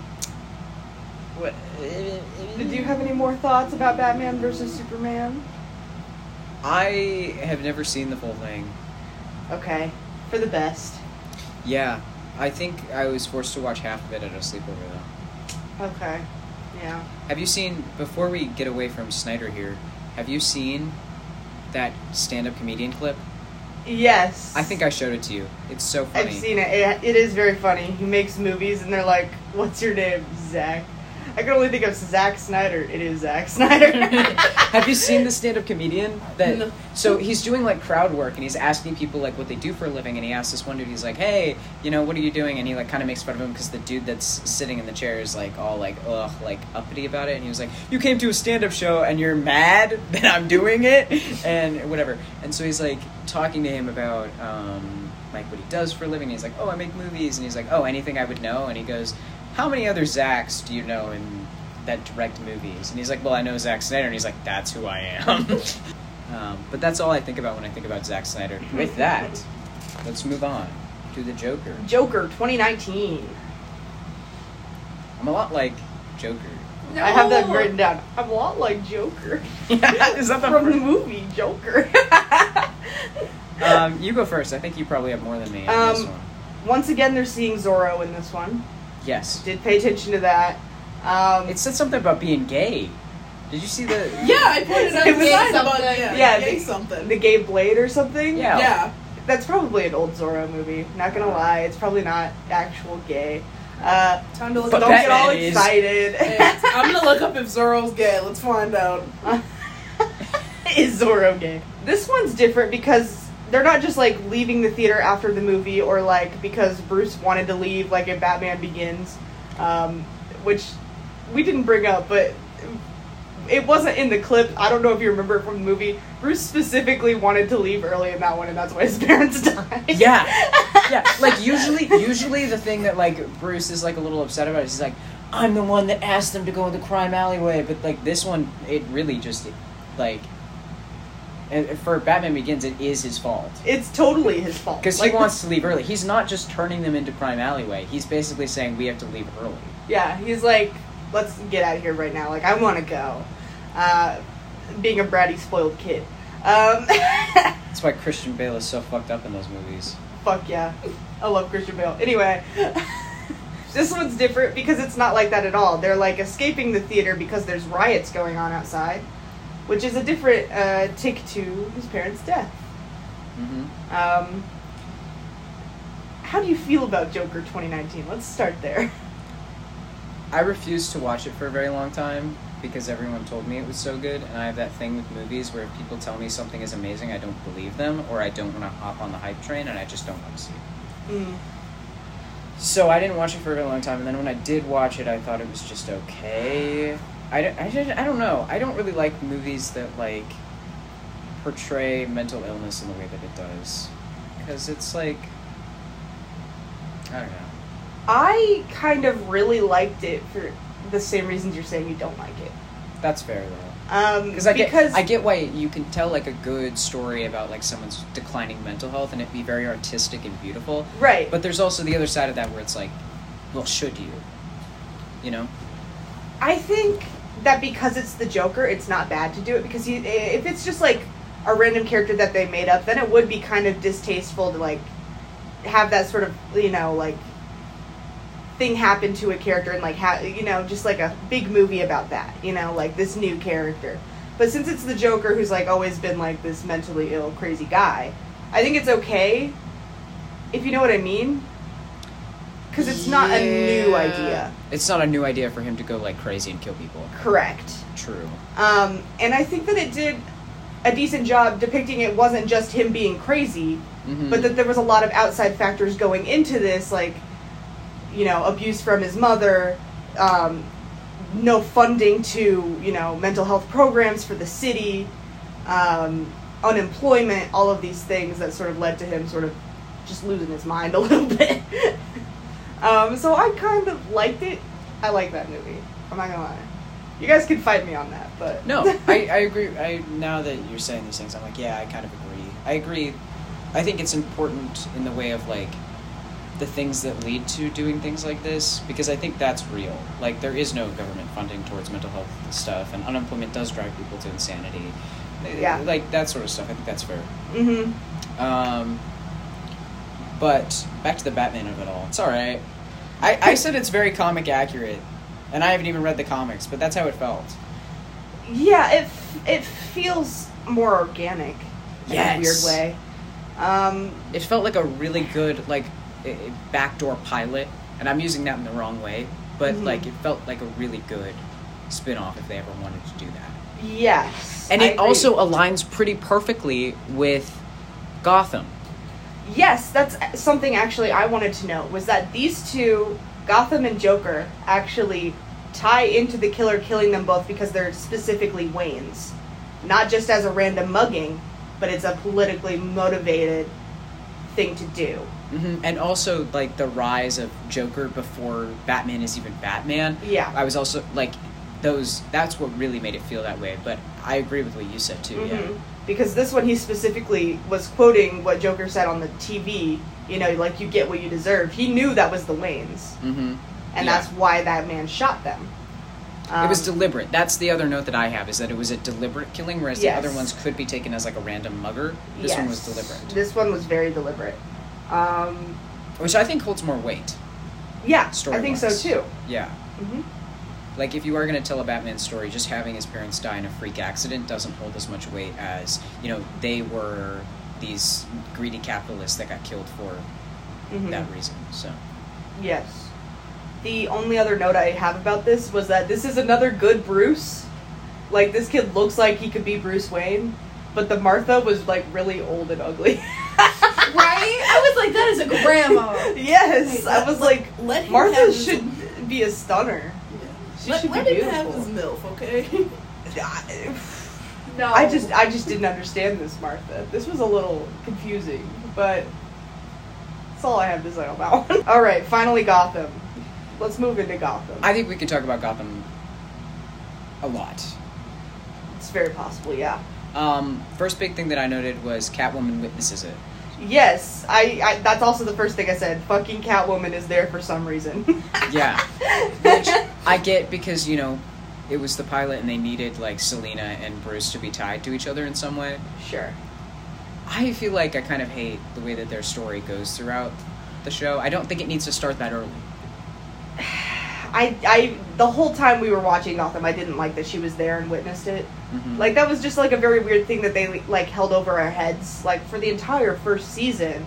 S2: what,
S1: Did you have any more thoughts about Batman versus Superman?
S2: I have never seen the full thing.
S1: Okay. For the best.
S2: Yeah, I think I was forced to watch half of it at a sleepover though.
S1: Okay. Yeah.
S2: Have you seen before we get away from Snyder here? Have you seen that stand-up comedian clip?
S1: Yes.
S2: I think I showed it to you. It's so funny.
S1: I've seen it. it. It is very funny. He makes movies and they're like, what's your name? Zach. I can only think of Zack Snyder. It is Zack Snyder.
S2: Have you seen the stand-up comedian that?
S3: No.
S2: So he's doing like crowd work, and he's asking people like what they do for a living, and he asks this one dude, he's like, "Hey, you know, what are you doing?" And he like kind of makes fun of him because the dude that's sitting in the chair is like all like ugh, like uppity about it, and he was like, "You came to a stand-up show and you're mad that I'm doing it," and whatever. And so he's like talking to him about um, like what he does for a living. He's like, "Oh, I make movies," and he's like, "Oh, anything I would know," and he goes, "How many other Zachs do you know?" And that direct movies. And he's like, well, I know Zack Snyder. And he's like, that's who I am. um, but that's all I think about when I think about Zack Snyder. With that, let's move on to the Joker.
S1: Joker 2019.
S2: I'm a lot like Joker.
S3: no.
S1: I have that written down. I'm a lot like Joker.
S2: Is that the
S1: From the
S2: first-
S1: movie Joker.
S2: Um, you go first. I think you probably have more than me on this
S1: Um,
S2: one.
S1: Once again, they're seeing Zorro in this one.
S2: Yes.
S1: Did pay attention to that. Um,
S2: It said something about being gay. Did you see the?
S3: Yeah, I pointed out
S1: It was
S3: gay about
S4: something.
S3: yeah,
S1: Yeah,
S3: gay
S1: the-
S3: something.
S1: the gay blade or something.
S2: Yeah.
S3: yeah,
S1: That's probably an old Zorro movie. Not gonna lie, it's probably not actual gay. Uh,
S3: time to look
S2: But
S3: it
S1: don't
S3: up.
S1: get all
S2: Batman is.
S1: excited.
S3: I'm gonna look up if Zorro's gay. Let's find out.
S1: is Zorro gay? This one's different because they're not just like leaving the theater after the movie or like because Bruce wanted to leave, like in Batman Begins, um, which we didn't bring up, but it wasn't in the clip. I don't know if you remember it from the movie. Bruce specifically wanted to leave early in that one, and that's why his parents died.
S2: Yeah. Yeah. Like usually usually the thing that like Bruce is like a little upset about is he's like, I'm the one that asked them to go in the crime alleyway, but like this one it really just like and for Batman Begins it is his fault.
S1: It's totally his fault.
S2: Because
S1: Like,
S2: he wants to leave early. He's not just turning them into crime alleyway. He's basically saying we have to leave early.
S1: Yeah, he's like, let's get out of here right now. Like, I want to go. Uh, being a bratty, spoiled kid. Um,
S2: That's why Christian Bale is so fucked up in those movies.
S1: fuck yeah. I love Christian Bale. Anyway, this one's different because it's not like that at all. They're like escaping the theater because there's riots going on outside, which is a different uh, take to his parents' death.
S2: hmm
S1: Um, how do you feel about Joker 2019? Let's start there.
S2: I refused to watch it for a very long time because everyone told me it was so good, and I have that thing with movies where if people tell me something is amazing, I don't believe them, or I don't want to hop on the hype train, and I just don't want to see it.
S1: Mm.
S2: So I didn't watch it for a very long time, and then when I did watch it, I thought it was just okay. I don't, I, did, I don't know. I don't really like movies that like portray mental illness in the way that it does, because it's like I don't know.
S1: I kind of really liked it for the same reasons you're saying you don't like it.
S2: That's fair though.
S1: Um,
S2: Because I get,
S1: because
S2: I get why you can tell like a good story about like someone's declining mental health and it be very artistic and beautiful.
S1: right,
S2: But there's also the other side of that where it's like, well, should you? You know,
S1: I think that because it's the Joker, it's not bad to do it because he, if it's just like a random character that they made up, then it would be kind of distasteful to like have that sort of you know like thing happen to a character and like ha- you know just like a big movie about that you know like this new character but since it's the joker who's like always been like this mentally ill crazy guy i think it's okay if you know what i mean because it's not a new
S2: Yeah.
S1: idea
S2: it's not a new idea for him to go like crazy and kill people.
S1: correct
S2: True.
S1: um, and I think that it did a decent job depicting it wasn't just him being crazy,
S2: Mhm.
S1: but that there was a lot of outside factors going into this, like, you know, abuse from his mother, um, no funding to you know mental health programs for the city, um, unemployment, all of these things that sort of led to him sort of just losing his mind a little bit. um, so I kind of liked it. I like that movie. I'm not gonna lie. You guys can fight me on that, but
S2: No, I, I agree. I now that you're saying these things, I'm like, yeah, I kind of agree. I agree. I think it's important in the way of like the things that lead to doing things like this because I think that's real. Like there is no government funding towards mental health stuff, and unemployment does drive people to insanity. Uh,
S1: Yeah.
S2: like that sort of stuff. I think that's fair.
S1: mm-hmm.
S2: Um, but back to the Batman of it all. It's all right. I, I said it's very comic accurate, and I haven't even read the comics, but that's how it felt.
S1: yeah, it f- it feels more organic in a weird
S2: Yes.
S1: way. Um,
S2: It felt like a really good like i- i- backdoor pilot, and I'm using that in the wrong way, but
S1: Mhm.
S2: like it felt like a really good spin-off if they ever wanted to do that.
S1: yes,
S2: And
S1: I
S2: it
S1: agree.
S2: also aligns pretty perfectly with Gotham.
S1: yes, that's a- something actually I wanted to know was that these two, Gotham and Joker, actually tie into the killer killing them both because they're specifically Waynes, not just as a random mugging, but it's a politically motivated thing to do.
S2: hmm
S1: Mm-hmm.
S2: And also like the rise of Joker before Batman is even Batman.
S1: Yeah.
S2: I was also like those that's what really made it feel that way, but I agree with what you said too.
S1: Mhm. Because this one, he specifically was quoting what Joker said on the TV. You know, like you get what you deserve. He knew that was the Waynes,
S2: Yeah. Mhm.
S1: and
S2: Yeah.
S1: that's why that man shot them. Um,
S2: it was deliberate. That's the other note that I have is that it was a deliberate killing, whereas
S1: Yes.
S2: the other ones could be taken as like a random mugger. This one was
S1: yes.
S2: deliberate,
S1: This one was very deliberate. Um,
S2: which I think holds more weight.
S1: yeah,
S2: Story
S1: I think
S2: wise.
S1: so too.
S2: Yeah,
S1: hmm
S2: like if you are going to tell a Batman story, just having his parents die in a freak accident doesn't hold as much weight as you know they were these greedy capitalists that got killed for
S1: hmm
S2: that reason. So
S1: Yes. The only other note I have about this was that this is another good Bruce. Like this kid looks like he could be Bruce Wayne, but the Martha was like really old and ugly.
S4: Right? I was like, that is a grandma.
S1: Yes,
S3: Wait,
S1: I was like,
S3: let him have
S1: Martha
S3: his-
S1: should be a stunner. She
S3: Let,
S1: should
S3: let
S1: be
S3: him have his
S1: beautiful.
S3: milf, okay?
S1: I
S4: No.
S1: I just, I just didn't understand this, Martha. This was a little confusing, but that's all I have to say on that one. All right, finally Gotham. Let's move into Gotham.
S2: I think we could talk about Gotham a lot.
S1: it's very possible, yeah.
S2: Um, first big thing that I noted was Catwoman witnesses it.
S1: Yes, I, I. That's also the first thing I said. Fucking Catwoman is there for some reason.
S2: Yeah. Which I get because, you know, it was the pilot and they needed, like, Selena and Bruce to be tied to each other in some way.
S1: sure.
S2: I feel like I kind of hate the way that their story goes throughout the show. I don't think it needs to start that early.
S1: I, I, the whole time we were watching Gotham, I didn't like that she was there and witnessed it.
S2: Mhm.
S1: Like that was just like a very weird thing that they like held over our heads. Like for the entire first season,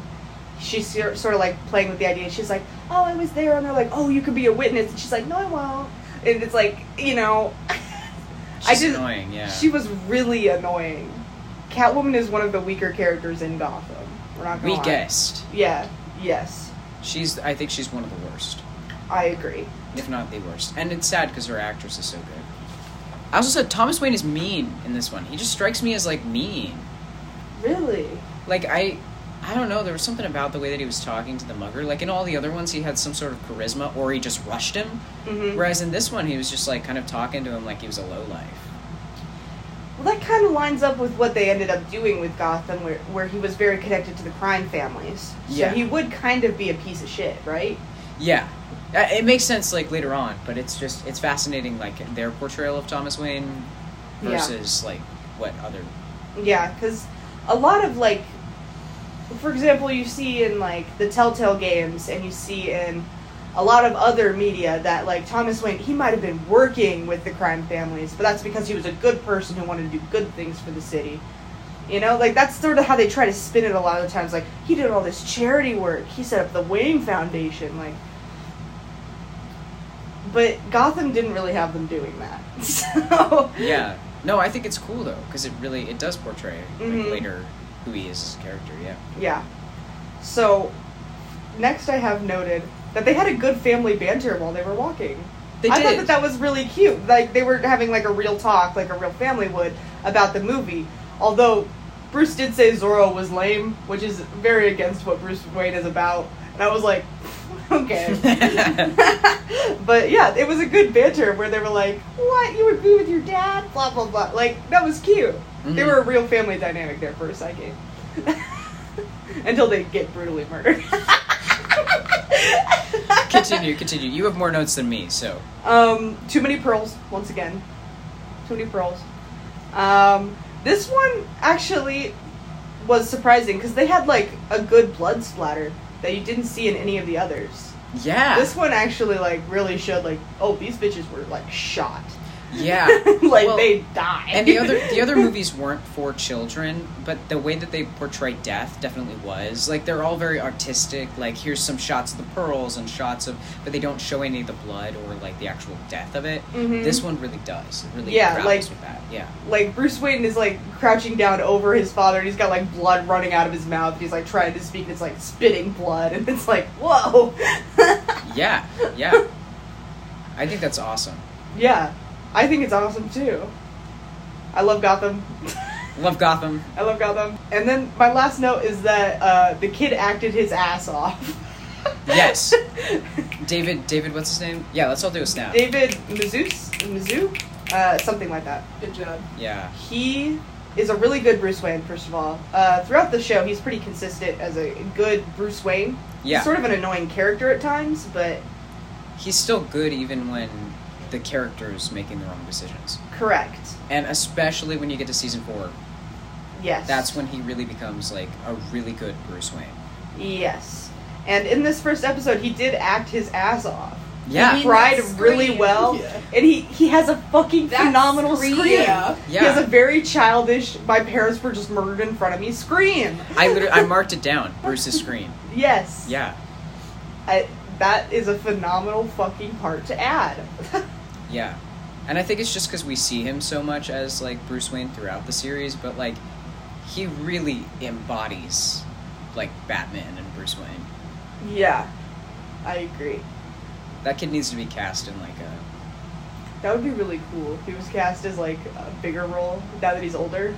S1: she's ser- sort of like playing with the idea. She's like, "Oh, I was there," and they're like, "Oh, you could be a witness," and she's like, "No, I won't." And it's like, you know, I
S2: She's
S1: just-
S2: annoying, yeah.
S1: she was really annoying. Catwoman is one of the weaker characters in Gotham. We're not gonna
S2: we
S1: lie.
S2: guessed.
S1: Yeah. Yes,
S2: She's, I think she's one of the worst,
S1: I agree.
S2: if not the worst. And it's sad because her actress is so good. I also said Thomas Wayne is mean in this one. He just strikes me as, like, mean.
S1: Really?
S2: like I I don't know, there was something about the way that he was talking to the mugger. Like in all the other ones he had some sort of charisma or he just rushed him.
S1: hmm
S2: Whereas in this one he was just like kind of talking to him like he was a low life.
S1: Well, that kind of lines up with what they ended up doing with Gotham, where, where he was very connected to the crime families.
S2: Yeah.
S1: So he would kind of be a piece of shit, right?
S2: Yeah. Uh, It makes sense like later on, but it's just it's fascinating like their portrayal of Thomas Wayne
S1: Yeah.
S2: versus like what other
S1: Yeah, because a lot of, like, for example, you see in, like, the Telltale games and you see in a lot of other media that, like, Thomas Wayne, he might have been working with the crime families, but that's because he was a good person who wanted to do good things for the city. You know, like that's sort of how they try to spin it a lot of the times. Like he did all this charity work. He set up the Wayne Foundation. Like, but Gotham didn't really have them doing that. So
S2: Yeah. No, I think it's cool though because it really it does portray like,
S1: Mhm.
S2: later who he is as a character, yeah.
S1: yeah. So next, I have noted that they had a good family banter while they were walking.
S2: They
S1: I
S2: did.
S1: thought that that was really cute. Like they were having like a real talk, like a real family would, about the movie. Although Bruce did say Zorro was lame, which is very against what Bruce Wayne is about. And I was like, okay. but yeah, it was a good banter where they were like, "What you agree with your dad?" Blah blah blah. Like that was cute. They
S2: Mhm.
S1: were a real family dynamic there for a second. Until they get brutally murdered.
S2: continue, continue. You have more notes than me, so
S1: Um, too many pearls once again. Too many pearls. Um, this one actually was surprising because they had like a good blood splatter that you didn't see in any of the others.
S2: yeah,
S1: This one actually like really showed like oh these bitches were like shot.
S2: yeah.
S1: like
S2: Well,
S1: they died.
S2: And the other the other movies weren't for children, but the way that they portray death definitely was. Like they're all very artistic. Like here's some shots of the pearls and shots of, but they don't show any of the blood or like the actual death of it.
S1: Mhm.
S2: This one really does. It really
S1: Yeah,
S2: grapples
S1: like-
S2: with that. Yeah,
S1: like Bruce Wayne is like crouching down over his father and he's got like blood running out of his mouth and he's like trying to speak and it's like spitting blood and it's like whoa.
S2: yeah, yeah. I think that's awesome.
S1: Yeah, I think it's awesome too. I love Gotham.
S2: Love Gotham.
S1: I love Gotham. And then my last note is that uh, the kid acted his ass off.
S2: Yes. David, David, what's his name? Yeah, let's all do a snap.
S1: David Mizzou, Mizzou, uh, something like that.
S3: Good job.
S2: Yeah.
S1: He is a really good Bruce Wayne. First of all, uh, throughout the show, he's pretty consistent as a good Bruce Wayne.
S2: Yeah.
S1: He's sort of an annoying character at times, but
S2: He's still good even when the character is making the wrong decisions.
S1: correct.
S2: And especially when you get to season four,
S1: Yes.
S2: that's when he really becomes like a really good Bruce Wayne.
S1: yes. And in this first episode, he did act his ass off.
S2: Yeah.
S1: he
S4: He
S1: cried
S4: screamed.
S1: really well,
S3: Yeah.
S1: and he he has a fucking
S4: That
S1: phenomenal scream.
S4: scream.
S3: Yeah.
S1: He has a
S2: Yeah.
S1: very childish. My parents were just murdered in front of me. Scream.
S2: I literally I marked it down. Bruce's scream.
S1: Yes.
S2: Yeah.
S1: I, that is a phenomenal fucking part to add.
S2: Yeah. And I think it's just because we see him so much as like Bruce Wayne throughout the series, but like he really embodies like Batman and Bruce Wayne.
S1: yeah, I agree.
S2: That kid needs to be cast in like a
S1: That would be really cool if he was cast as like a bigger role now that he's older.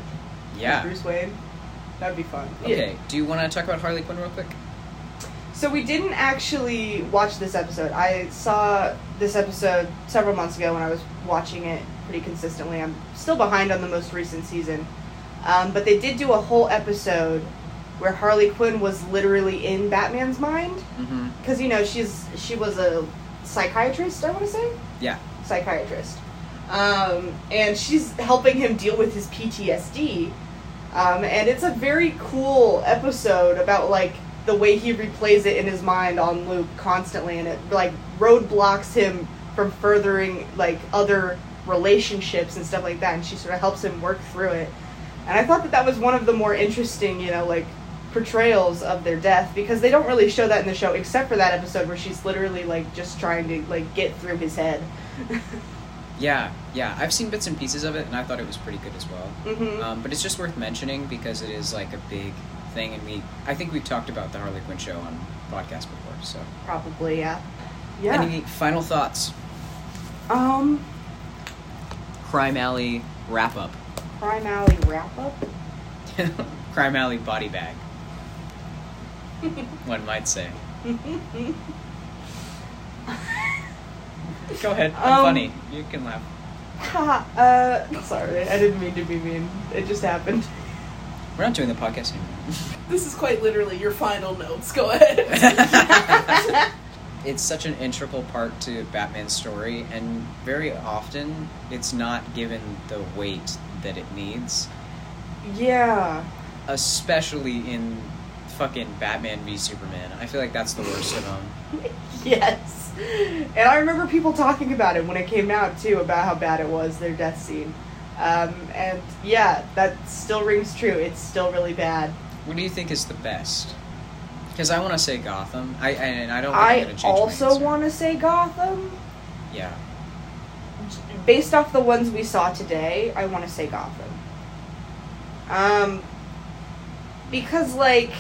S2: yeah.
S1: Bruce Wayne. That'd be fun.
S2: Okay. Do you want to talk about Harley Quinn real quick?
S1: So we didn't actually watch this episode. I saw this episode several months ago when I was watching it pretty consistently. I'm still behind on the most recent season. Um, but they did do a whole episode where Harley Quinn was literally in Batman's mind
S2: Mm-hmm.
S1: because you know she's she was a psychiatrist. I want to say
S2: Yeah.
S1: psychiatrist, um, and she's helping him deal with his PTSD. Um, and it's a very cool episode about like the way he replays it in his mind on loop constantly, and it like roadblocks him from furthering like other relationships and stuff like that. And she sort of helps him work through it. And I thought that that was one of the more interesting, you know, like portrayals of their death because they don't really show that in the show except for that episode where she's literally like just trying to like get through his head. Mm-hmm.
S2: Yeah, yeah. I've seen bits and pieces of it, and I thought it was pretty good as well.
S1: hmm
S2: Um, but it's just worth mentioning because it is like a big thing, and we I think we've talked about the Harley Quinn show on podcast before. So,
S1: Probably, yeah. Yeah.
S2: any final thoughts?
S1: um
S2: Crime Alley wrap up.
S1: Crime Alley wrap up.
S2: Crime Alley body bag. One might say. Go ahead. I'm
S1: Um,
S2: funny. You can laugh.
S1: Ha, uh sorry, I didn't mean to be mean. It just happened.
S2: We're not doing the podcast anymore.
S3: This is quite literally your final notes. Go ahead.
S2: it's such an integral part to Batman's story, and very often it's not given the weight that it needs,
S1: Yeah.
S2: especially in fucking Batman v Superman. I feel like that's the worst of them.
S1: Yes. And I remember people talking about it when it came out too, about how bad it was, their death scene. Um, and yeah, that still rings true. It's still really bad.
S2: What do you think is the best? Because I want to say Gotham. I and I don't. Think I
S1: I
S2: am gonna change my
S1: also
S2: answer.
S1: want to say Gotham.
S2: Yeah.
S1: Based off the ones we saw today, I want to say Gotham. Um, because, like,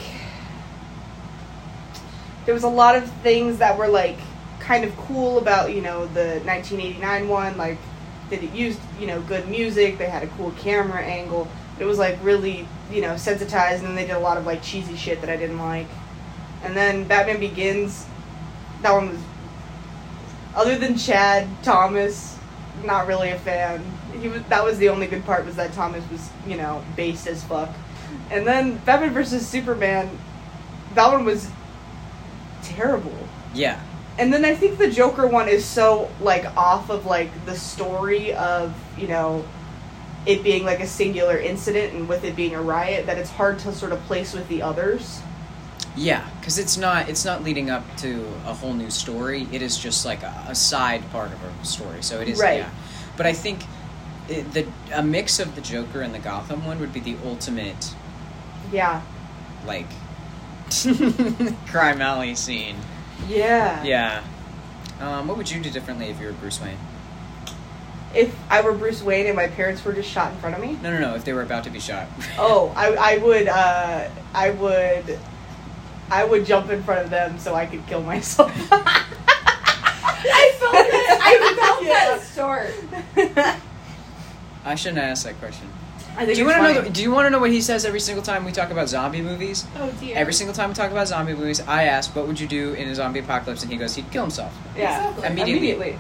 S1: there was a lot of things that were, like, kind of cool about you know the 1989 one, like that it used you know good music. They had a cool camera angle. It was like really you know sensitized, and then they did a lot of like cheesy shit that I didn't like. And then Batman Begins, that one was other than Chad Thomas, not really a fan. He was that was the only good part was that Thomas was you know based as fuck, and then Batman versus Superman, that one was terrible.
S2: Yeah.
S1: And then I think the Joker one is so like off of like the story of you know it being like a singular incident and with it being a riot that it's hard to sort of place with the others.
S2: Yeah, because it's not it's not leading up to a whole new story. It is just like a, a side part of a story. So it is
S1: Right.
S2: yeah. But I think it, the a mix of the Joker and the Gotham one would be the ultimate
S1: Yeah.
S2: like crime alley scene.
S1: Yeah.
S2: Yeah. Um, what would you do differently if you were Bruce Wayne?
S1: If I were Bruce Wayne and my parents were just shot in front of me,
S2: No, no, no. If they were about to be shot.
S1: Oh, I, I would, uh, I would, I would jump in front of them so I could kill myself.
S4: I felt that. I felt
S1: Yeah.
S4: that start.
S2: I shouldn't ask that question.
S1: I
S2: Do
S1: think
S2: you
S1: it's
S2: want to know?
S1: funny.
S2: The, do you want to know what he says every single time we talk about zombie movies?
S4: Oh dear.
S2: Every single time we talk about zombie movies, I ask, "What would you do in a zombie apocalypse?" And he goes, "He'd kill himself."
S1: yeah.
S4: Exactly.
S2: Immediately.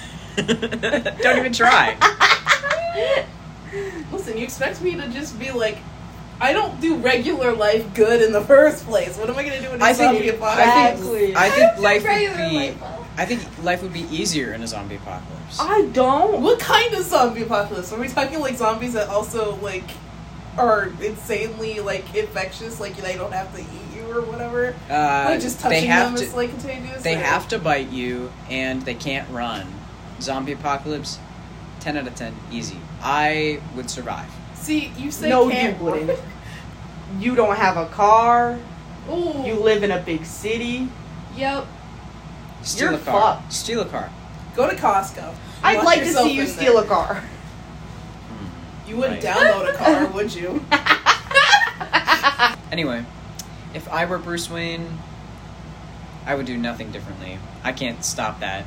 S2: Don't even try.
S3: Listen, you expect me to just be like, I don't do regular life good in the first place. What am I gonna do in a
S2: I
S3: zombie
S2: think. I
S3: apocalypse?
S1: Exactly.
S2: think. I think life
S4: Regular
S2: would be.
S4: life, well.
S2: I think life would be easier in a zombie apocalypse.
S1: I don't.
S3: What kind of zombie apocalypse? Are we talking like zombies that also like are insanely like infectious, like they don't have to eat you or whatever?
S2: Uh,
S3: like just touching
S2: they have
S3: them
S2: to.
S3: is like contagious.
S2: they
S3: or-
S2: have to bite you, and they can't run. Zombie apocalypse, ten out of ten, easy. I would survive.
S3: See, you say
S1: No, you
S3: can't
S1: wouldn't. You don't have a car.
S4: Ooh.
S1: You live in a big city.
S4: Yep.
S2: Steal
S1: You're
S2: a car.
S1: fucked.
S2: Steal a car.
S3: Go to Costco.
S1: I'd
S3: Lock
S1: like to
S3: yourself
S1: see you
S3: in
S1: steal
S3: there.
S1: a car.
S3: You wouldn't
S2: Right.
S3: download a car, would you?
S2: Anyway, if I were Bruce Wayne, I would do nothing differently. I can't stop that.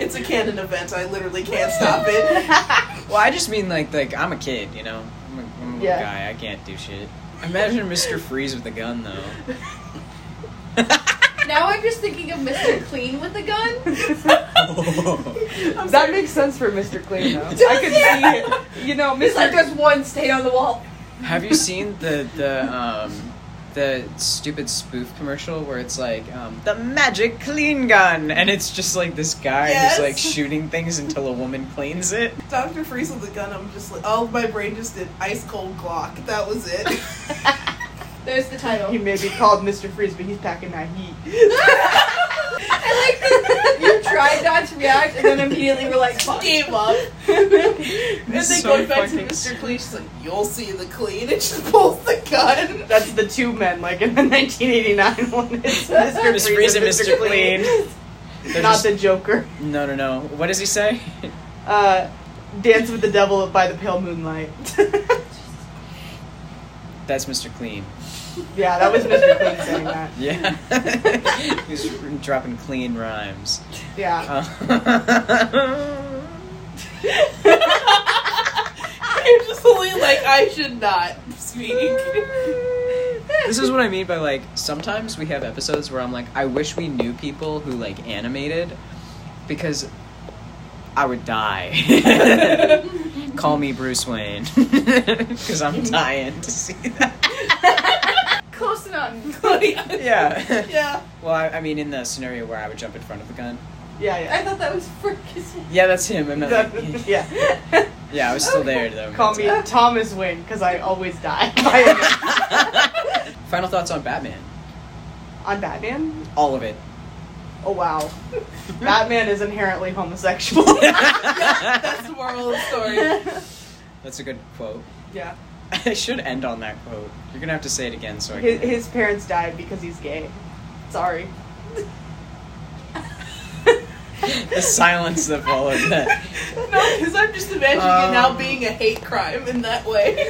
S3: It's a canon event. I literally can't stop it.
S2: well, I just mean like like I'm a kid, you know. I'm a, I'm a little
S1: Yeah.
S2: guy. I can't do shit. Imagine Mr. Freeze with a gun though.
S4: Now I'm just thinking of Mr. Clean with a gun.
S1: that
S3: sorry.
S1: makes sense for Mr. Clean though.
S4: Does
S1: I could
S4: it?
S1: see it. You know,
S4: It's like
S1: Mr.
S4: there's one stain on the wall.
S2: Have you seen the the um the stupid spoof commercial where it's like um, the magic clean gun and it's just like this guy
S3: Yes.
S2: who's like shooting things until a woman cleans it.
S3: Doctor Freeze with a gun. I'm just like, oh, my brain just did ice cold Glock. That was it.
S4: There's the title.
S1: He may be called Mr. Freeze, but he's packing that heat.
S4: I like that you tried not to react and then immediately were like, fuck.
S3: Game up. and then
S2: This is
S3: going
S2: so
S3: back to
S2: fucking
S3: Mr. Clean, she's like, you'll see the clean. And she pulls the gun.
S1: That's the two men, like in the 1989 one. It's Mr.
S2: Miss Freeze and Mr. Clean. They're
S1: Not
S2: just-
S1: the Joker.
S2: No, no, no. What does he say?
S1: Uh, Dance with the Devil by the Pale Moonlight.
S2: That's Mr. Clean.
S1: yeah, that was Mr. Clean saying that.
S2: Yeah. He's dropping clean rhymes.
S1: Yeah.
S2: Uh,
S3: You're just only like, I should not speak.
S2: this is what I mean by like sometimes we have episodes where I'm like I wish we knew people who like animated because I would die. Call me Bruce Wayne because I'm dying to see that.
S4: Close enough.
S3: yeah.
S2: Yeah.
S3: Yeah.
S2: Well, I, I mean, in the scenario where I would jump in front of the gun.
S1: Yeah, yeah.
S4: I thought that was Fergus.
S2: Yeah, that's him. I'm not.
S1: That- yeah.
S2: yeah, I was still there though.
S1: Call me Thomas Wayne, because I always die by a gun.
S2: Final thoughts on Batman.
S1: On Batman?
S2: All of it.
S1: Oh, wow. Batman is inherently homosexual.
S3: That's the moral of the story.
S2: That's a good quote.
S1: yeah.
S2: I should end on that quote. You're gonna have to say it again so I
S1: His,
S2: can.
S1: his parents died because he's gay. Sorry.
S2: the silence that followed that.
S3: No, because I'm just imagining it now
S2: Um.
S3: being a hate crime in that way.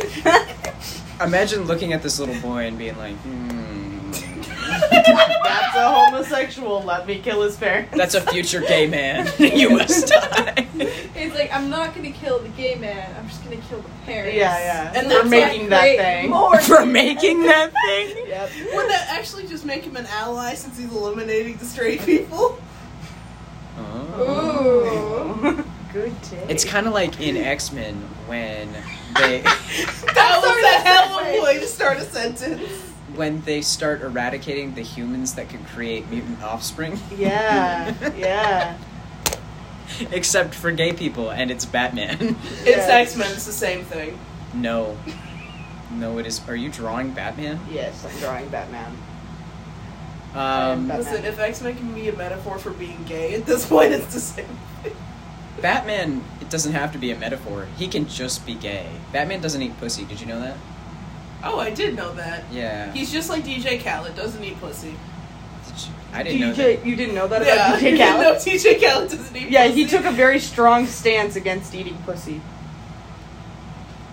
S2: Imagine looking at this little boy and being like, hmm.
S1: That's a homosexual. Let me kill his parents.
S2: That's a future gay man. you must die.
S4: It's like I'm not gonna kill the gay man. I'm just gonna kill the
S1: Yeah,
S4: parents.
S1: yeah.
S3: And
S1: we're
S3: that's
S1: making
S4: like
S1: that
S4: great
S1: thing.
S4: mo-
S2: For making that thing?
S1: Yep.
S3: Would that actually just make him an ally since he's eliminating the straight people?
S2: Oh.
S4: Ooh.
S1: Good day.
S2: It's kind of like in X Men when they
S3: That was a hell of
S4: segue.
S3: a way to start a sentence.
S2: when they start eradicating the humans that can create mutant offspring,
S1: Yeah, yeah.
S2: except for gay people, and it's Batman.
S3: It's
S1: Yes.
S3: X Men. It's the same thing.
S2: no, no, it is. Are you drawing Batman?
S1: Yes, I'm drawing Batman.
S2: Um,
S1: Batman.
S3: Listen, if X Men can be a metaphor for being gay, at this point, it's the same.
S2: Batman. It doesn't have to be a metaphor. He can just be gay. Batman doesn't eat pussy. Did you know that?
S3: Oh, I did know that.
S2: Yeah.
S3: He's just like DJ Khaled. Doesn't eat pussy.
S2: Did you- I didn't know
S1: DJ,
S2: that.
S1: you didn't know that
S3: yeah,
S1: about DJ
S3: no,
S1: uh, Khaled?
S3: DJ Khaled doesn't eat.
S1: Yeah,
S3: pussy.
S1: he took a very strong stance against eating pussy.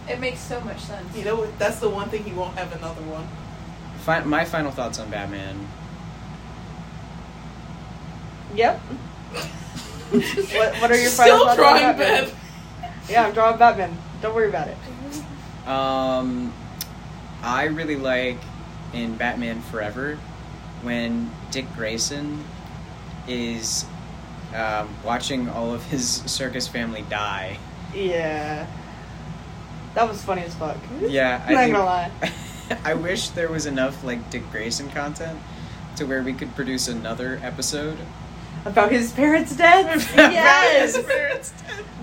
S4: It makes so much sense.
S3: You know what? That's the one thing he won't have another one.
S2: Fi- my final thoughts on Batman.
S1: Yep. what, what are your final
S3: Still
S1: thoughts
S3: drawing
S1: on Batman?
S3: Bev.
S1: Yeah, I'm drawing Batman. Don't worry about it.
S2: Um, I really like in Batman Forever when Dick Grayson is um, watching all of his circus family die.
S1: Yeah. That was funny as fuck.
S2: Yeah,
S1: I'm
S2: I
S1: not
S2: think-
S1: gonna lie.
S2: I wish there was enough like Dick Grayson content to where we could produce another episode.
S1: About his parents' death? yes!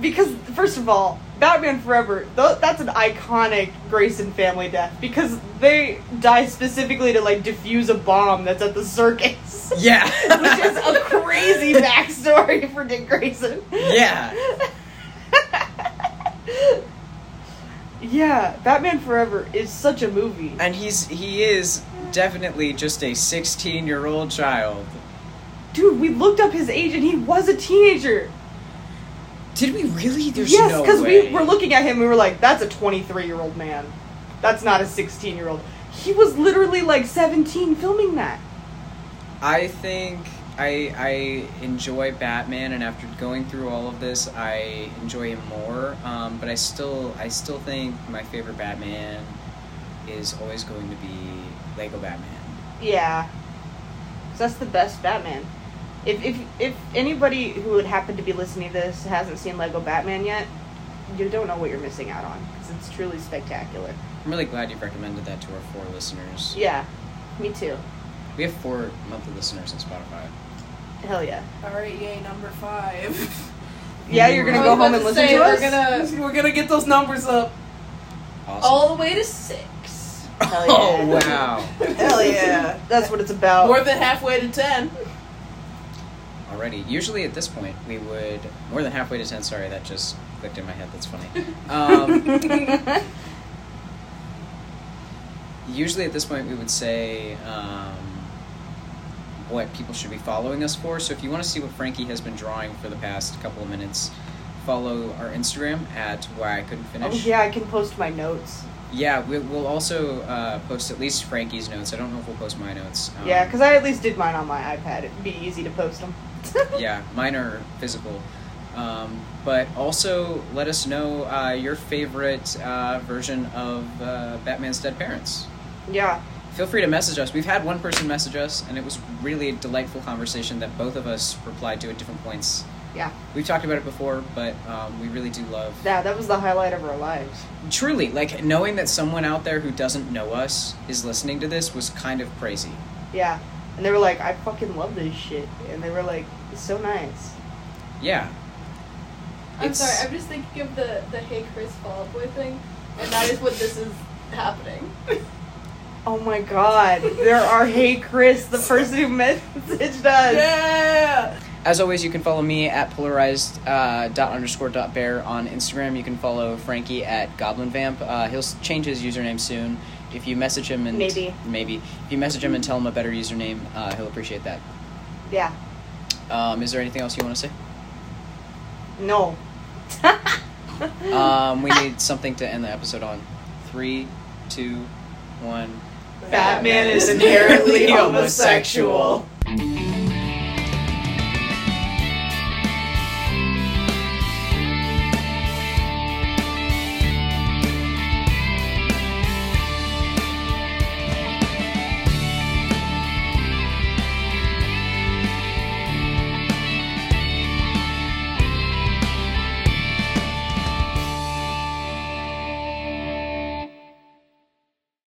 S1: Because first of all, Batman Forever, th- that's an iconic Grayson family death because they die specifically to like defuse a bomb that's at the circus,
S2: yeah.
S1: which is a crazy backstory for Dick Grayson.
S2: Yeah.
S1: yeah, Batman Forever is such a movie.
S2: And he's he is definitely just a 16 year old child.
S1: Dude, we looked up his age and he was a teenager.
S2: Did we really? There's
S1: yes,
S2: no
S1: because
S2: way.
S1: we were looking at him and we were like, that's a 23 year old man. That's not a 16 year old. He was literally like 17 filming that.
S2: I think I I enjoy Batman, and after going through all of this, I enjoy him more. Um, but I still I still think my favorite Batman is always going to be Lego Batman.
S1: Yeah. 'Cause that's the best Batman. If, if, if anybody who would happen to be listening to this hasn't seen Lego Batman yet, you don't know what you're missing out on. Because it's truly spectacular.
S2: I'm really glad you've recommended that to our four listeners.
S1: Yeah, me too.
S2: We have four monthly listeners on Spotify.
S1: Hell yeah.
S3: All right, yay, number five.
S1: Yeah, you're
S2: I
S1: gonna
S2: was
S1: go
S4: about
S1: home
S4: to
S1: and listen
S4: say,
S1: to
S4: we're
S1: us?
S4: gonna-
S3: We're gonna get those numbers up.
S2: Awesome.
S4: All the way to six.
S1: Hell
S2: Oh
S1: yeah.
S2: wow!
S3: Hell yeah.
S1: That's what it's about.
S3: More than halfway to ten.
S2: Already, usually at this point we would more than halfway to ten. Sorry, that just clicked in my head. That's funny. Um, usually at this point we would say um, what people should be following us for. So if you want to see what Frankie has been drawing for the past couple of minutes, follow our Instagram at why I couldn't
S1: oh,
S2: finish.
S1: yeah, I can post my notes.
S2: Yeah, we, we'll also uh, post at least Frankie's notes. I don't know if we'll post my notes. Um,
S1: Yeah, because I at least did mine on my iPad. It'd be easy to post them.
S2: yeah, mine are physical. Um, but also let us know uh, your favorite uh, version of uh, Batman's Dead Parents.
S1: yeah.
S2: feel free to message us. We've had one person message us, and it was really a delightful conversation that both of us replied to at different points.
S1: Yeah.
S2: We've talked about it before, but um, we really do love.
S1: Yeah, that was the highlight of our lives.
S2: Truly, like knowing that someone out there who doesn't know us is listening to this was kind of crazy.
S1: Yeah. And they were like, I fucking love this shit. And they were like, it's so nice.
S2: Yeah.
S4: I'm
S2: It's-
S4: sorry, I'm just thinking of the, the Hey Chris Fall Out Boy thing, and that is what this is happening.
S1: Oh my god. There are Hey Chris, the person who messaged us.
S3: Yeah.
S2: As always, you can follow me at polarized uh, dot underscore dot bear on Instagram. You can follow Frankie at Goblin Vamp. Uh, he'll s- change his username soon. If you message him and
S1: Maybe.
S2: maybe if you message him and tell him a better username, uh, he'll appreciate that.
S1: Yeah.
S2: Um, is there anything else you want to say?
S1: No.
S2: Uh, Um, we need something to end the episode on. Three, two, one.
S1: Batman is inherently homosexual.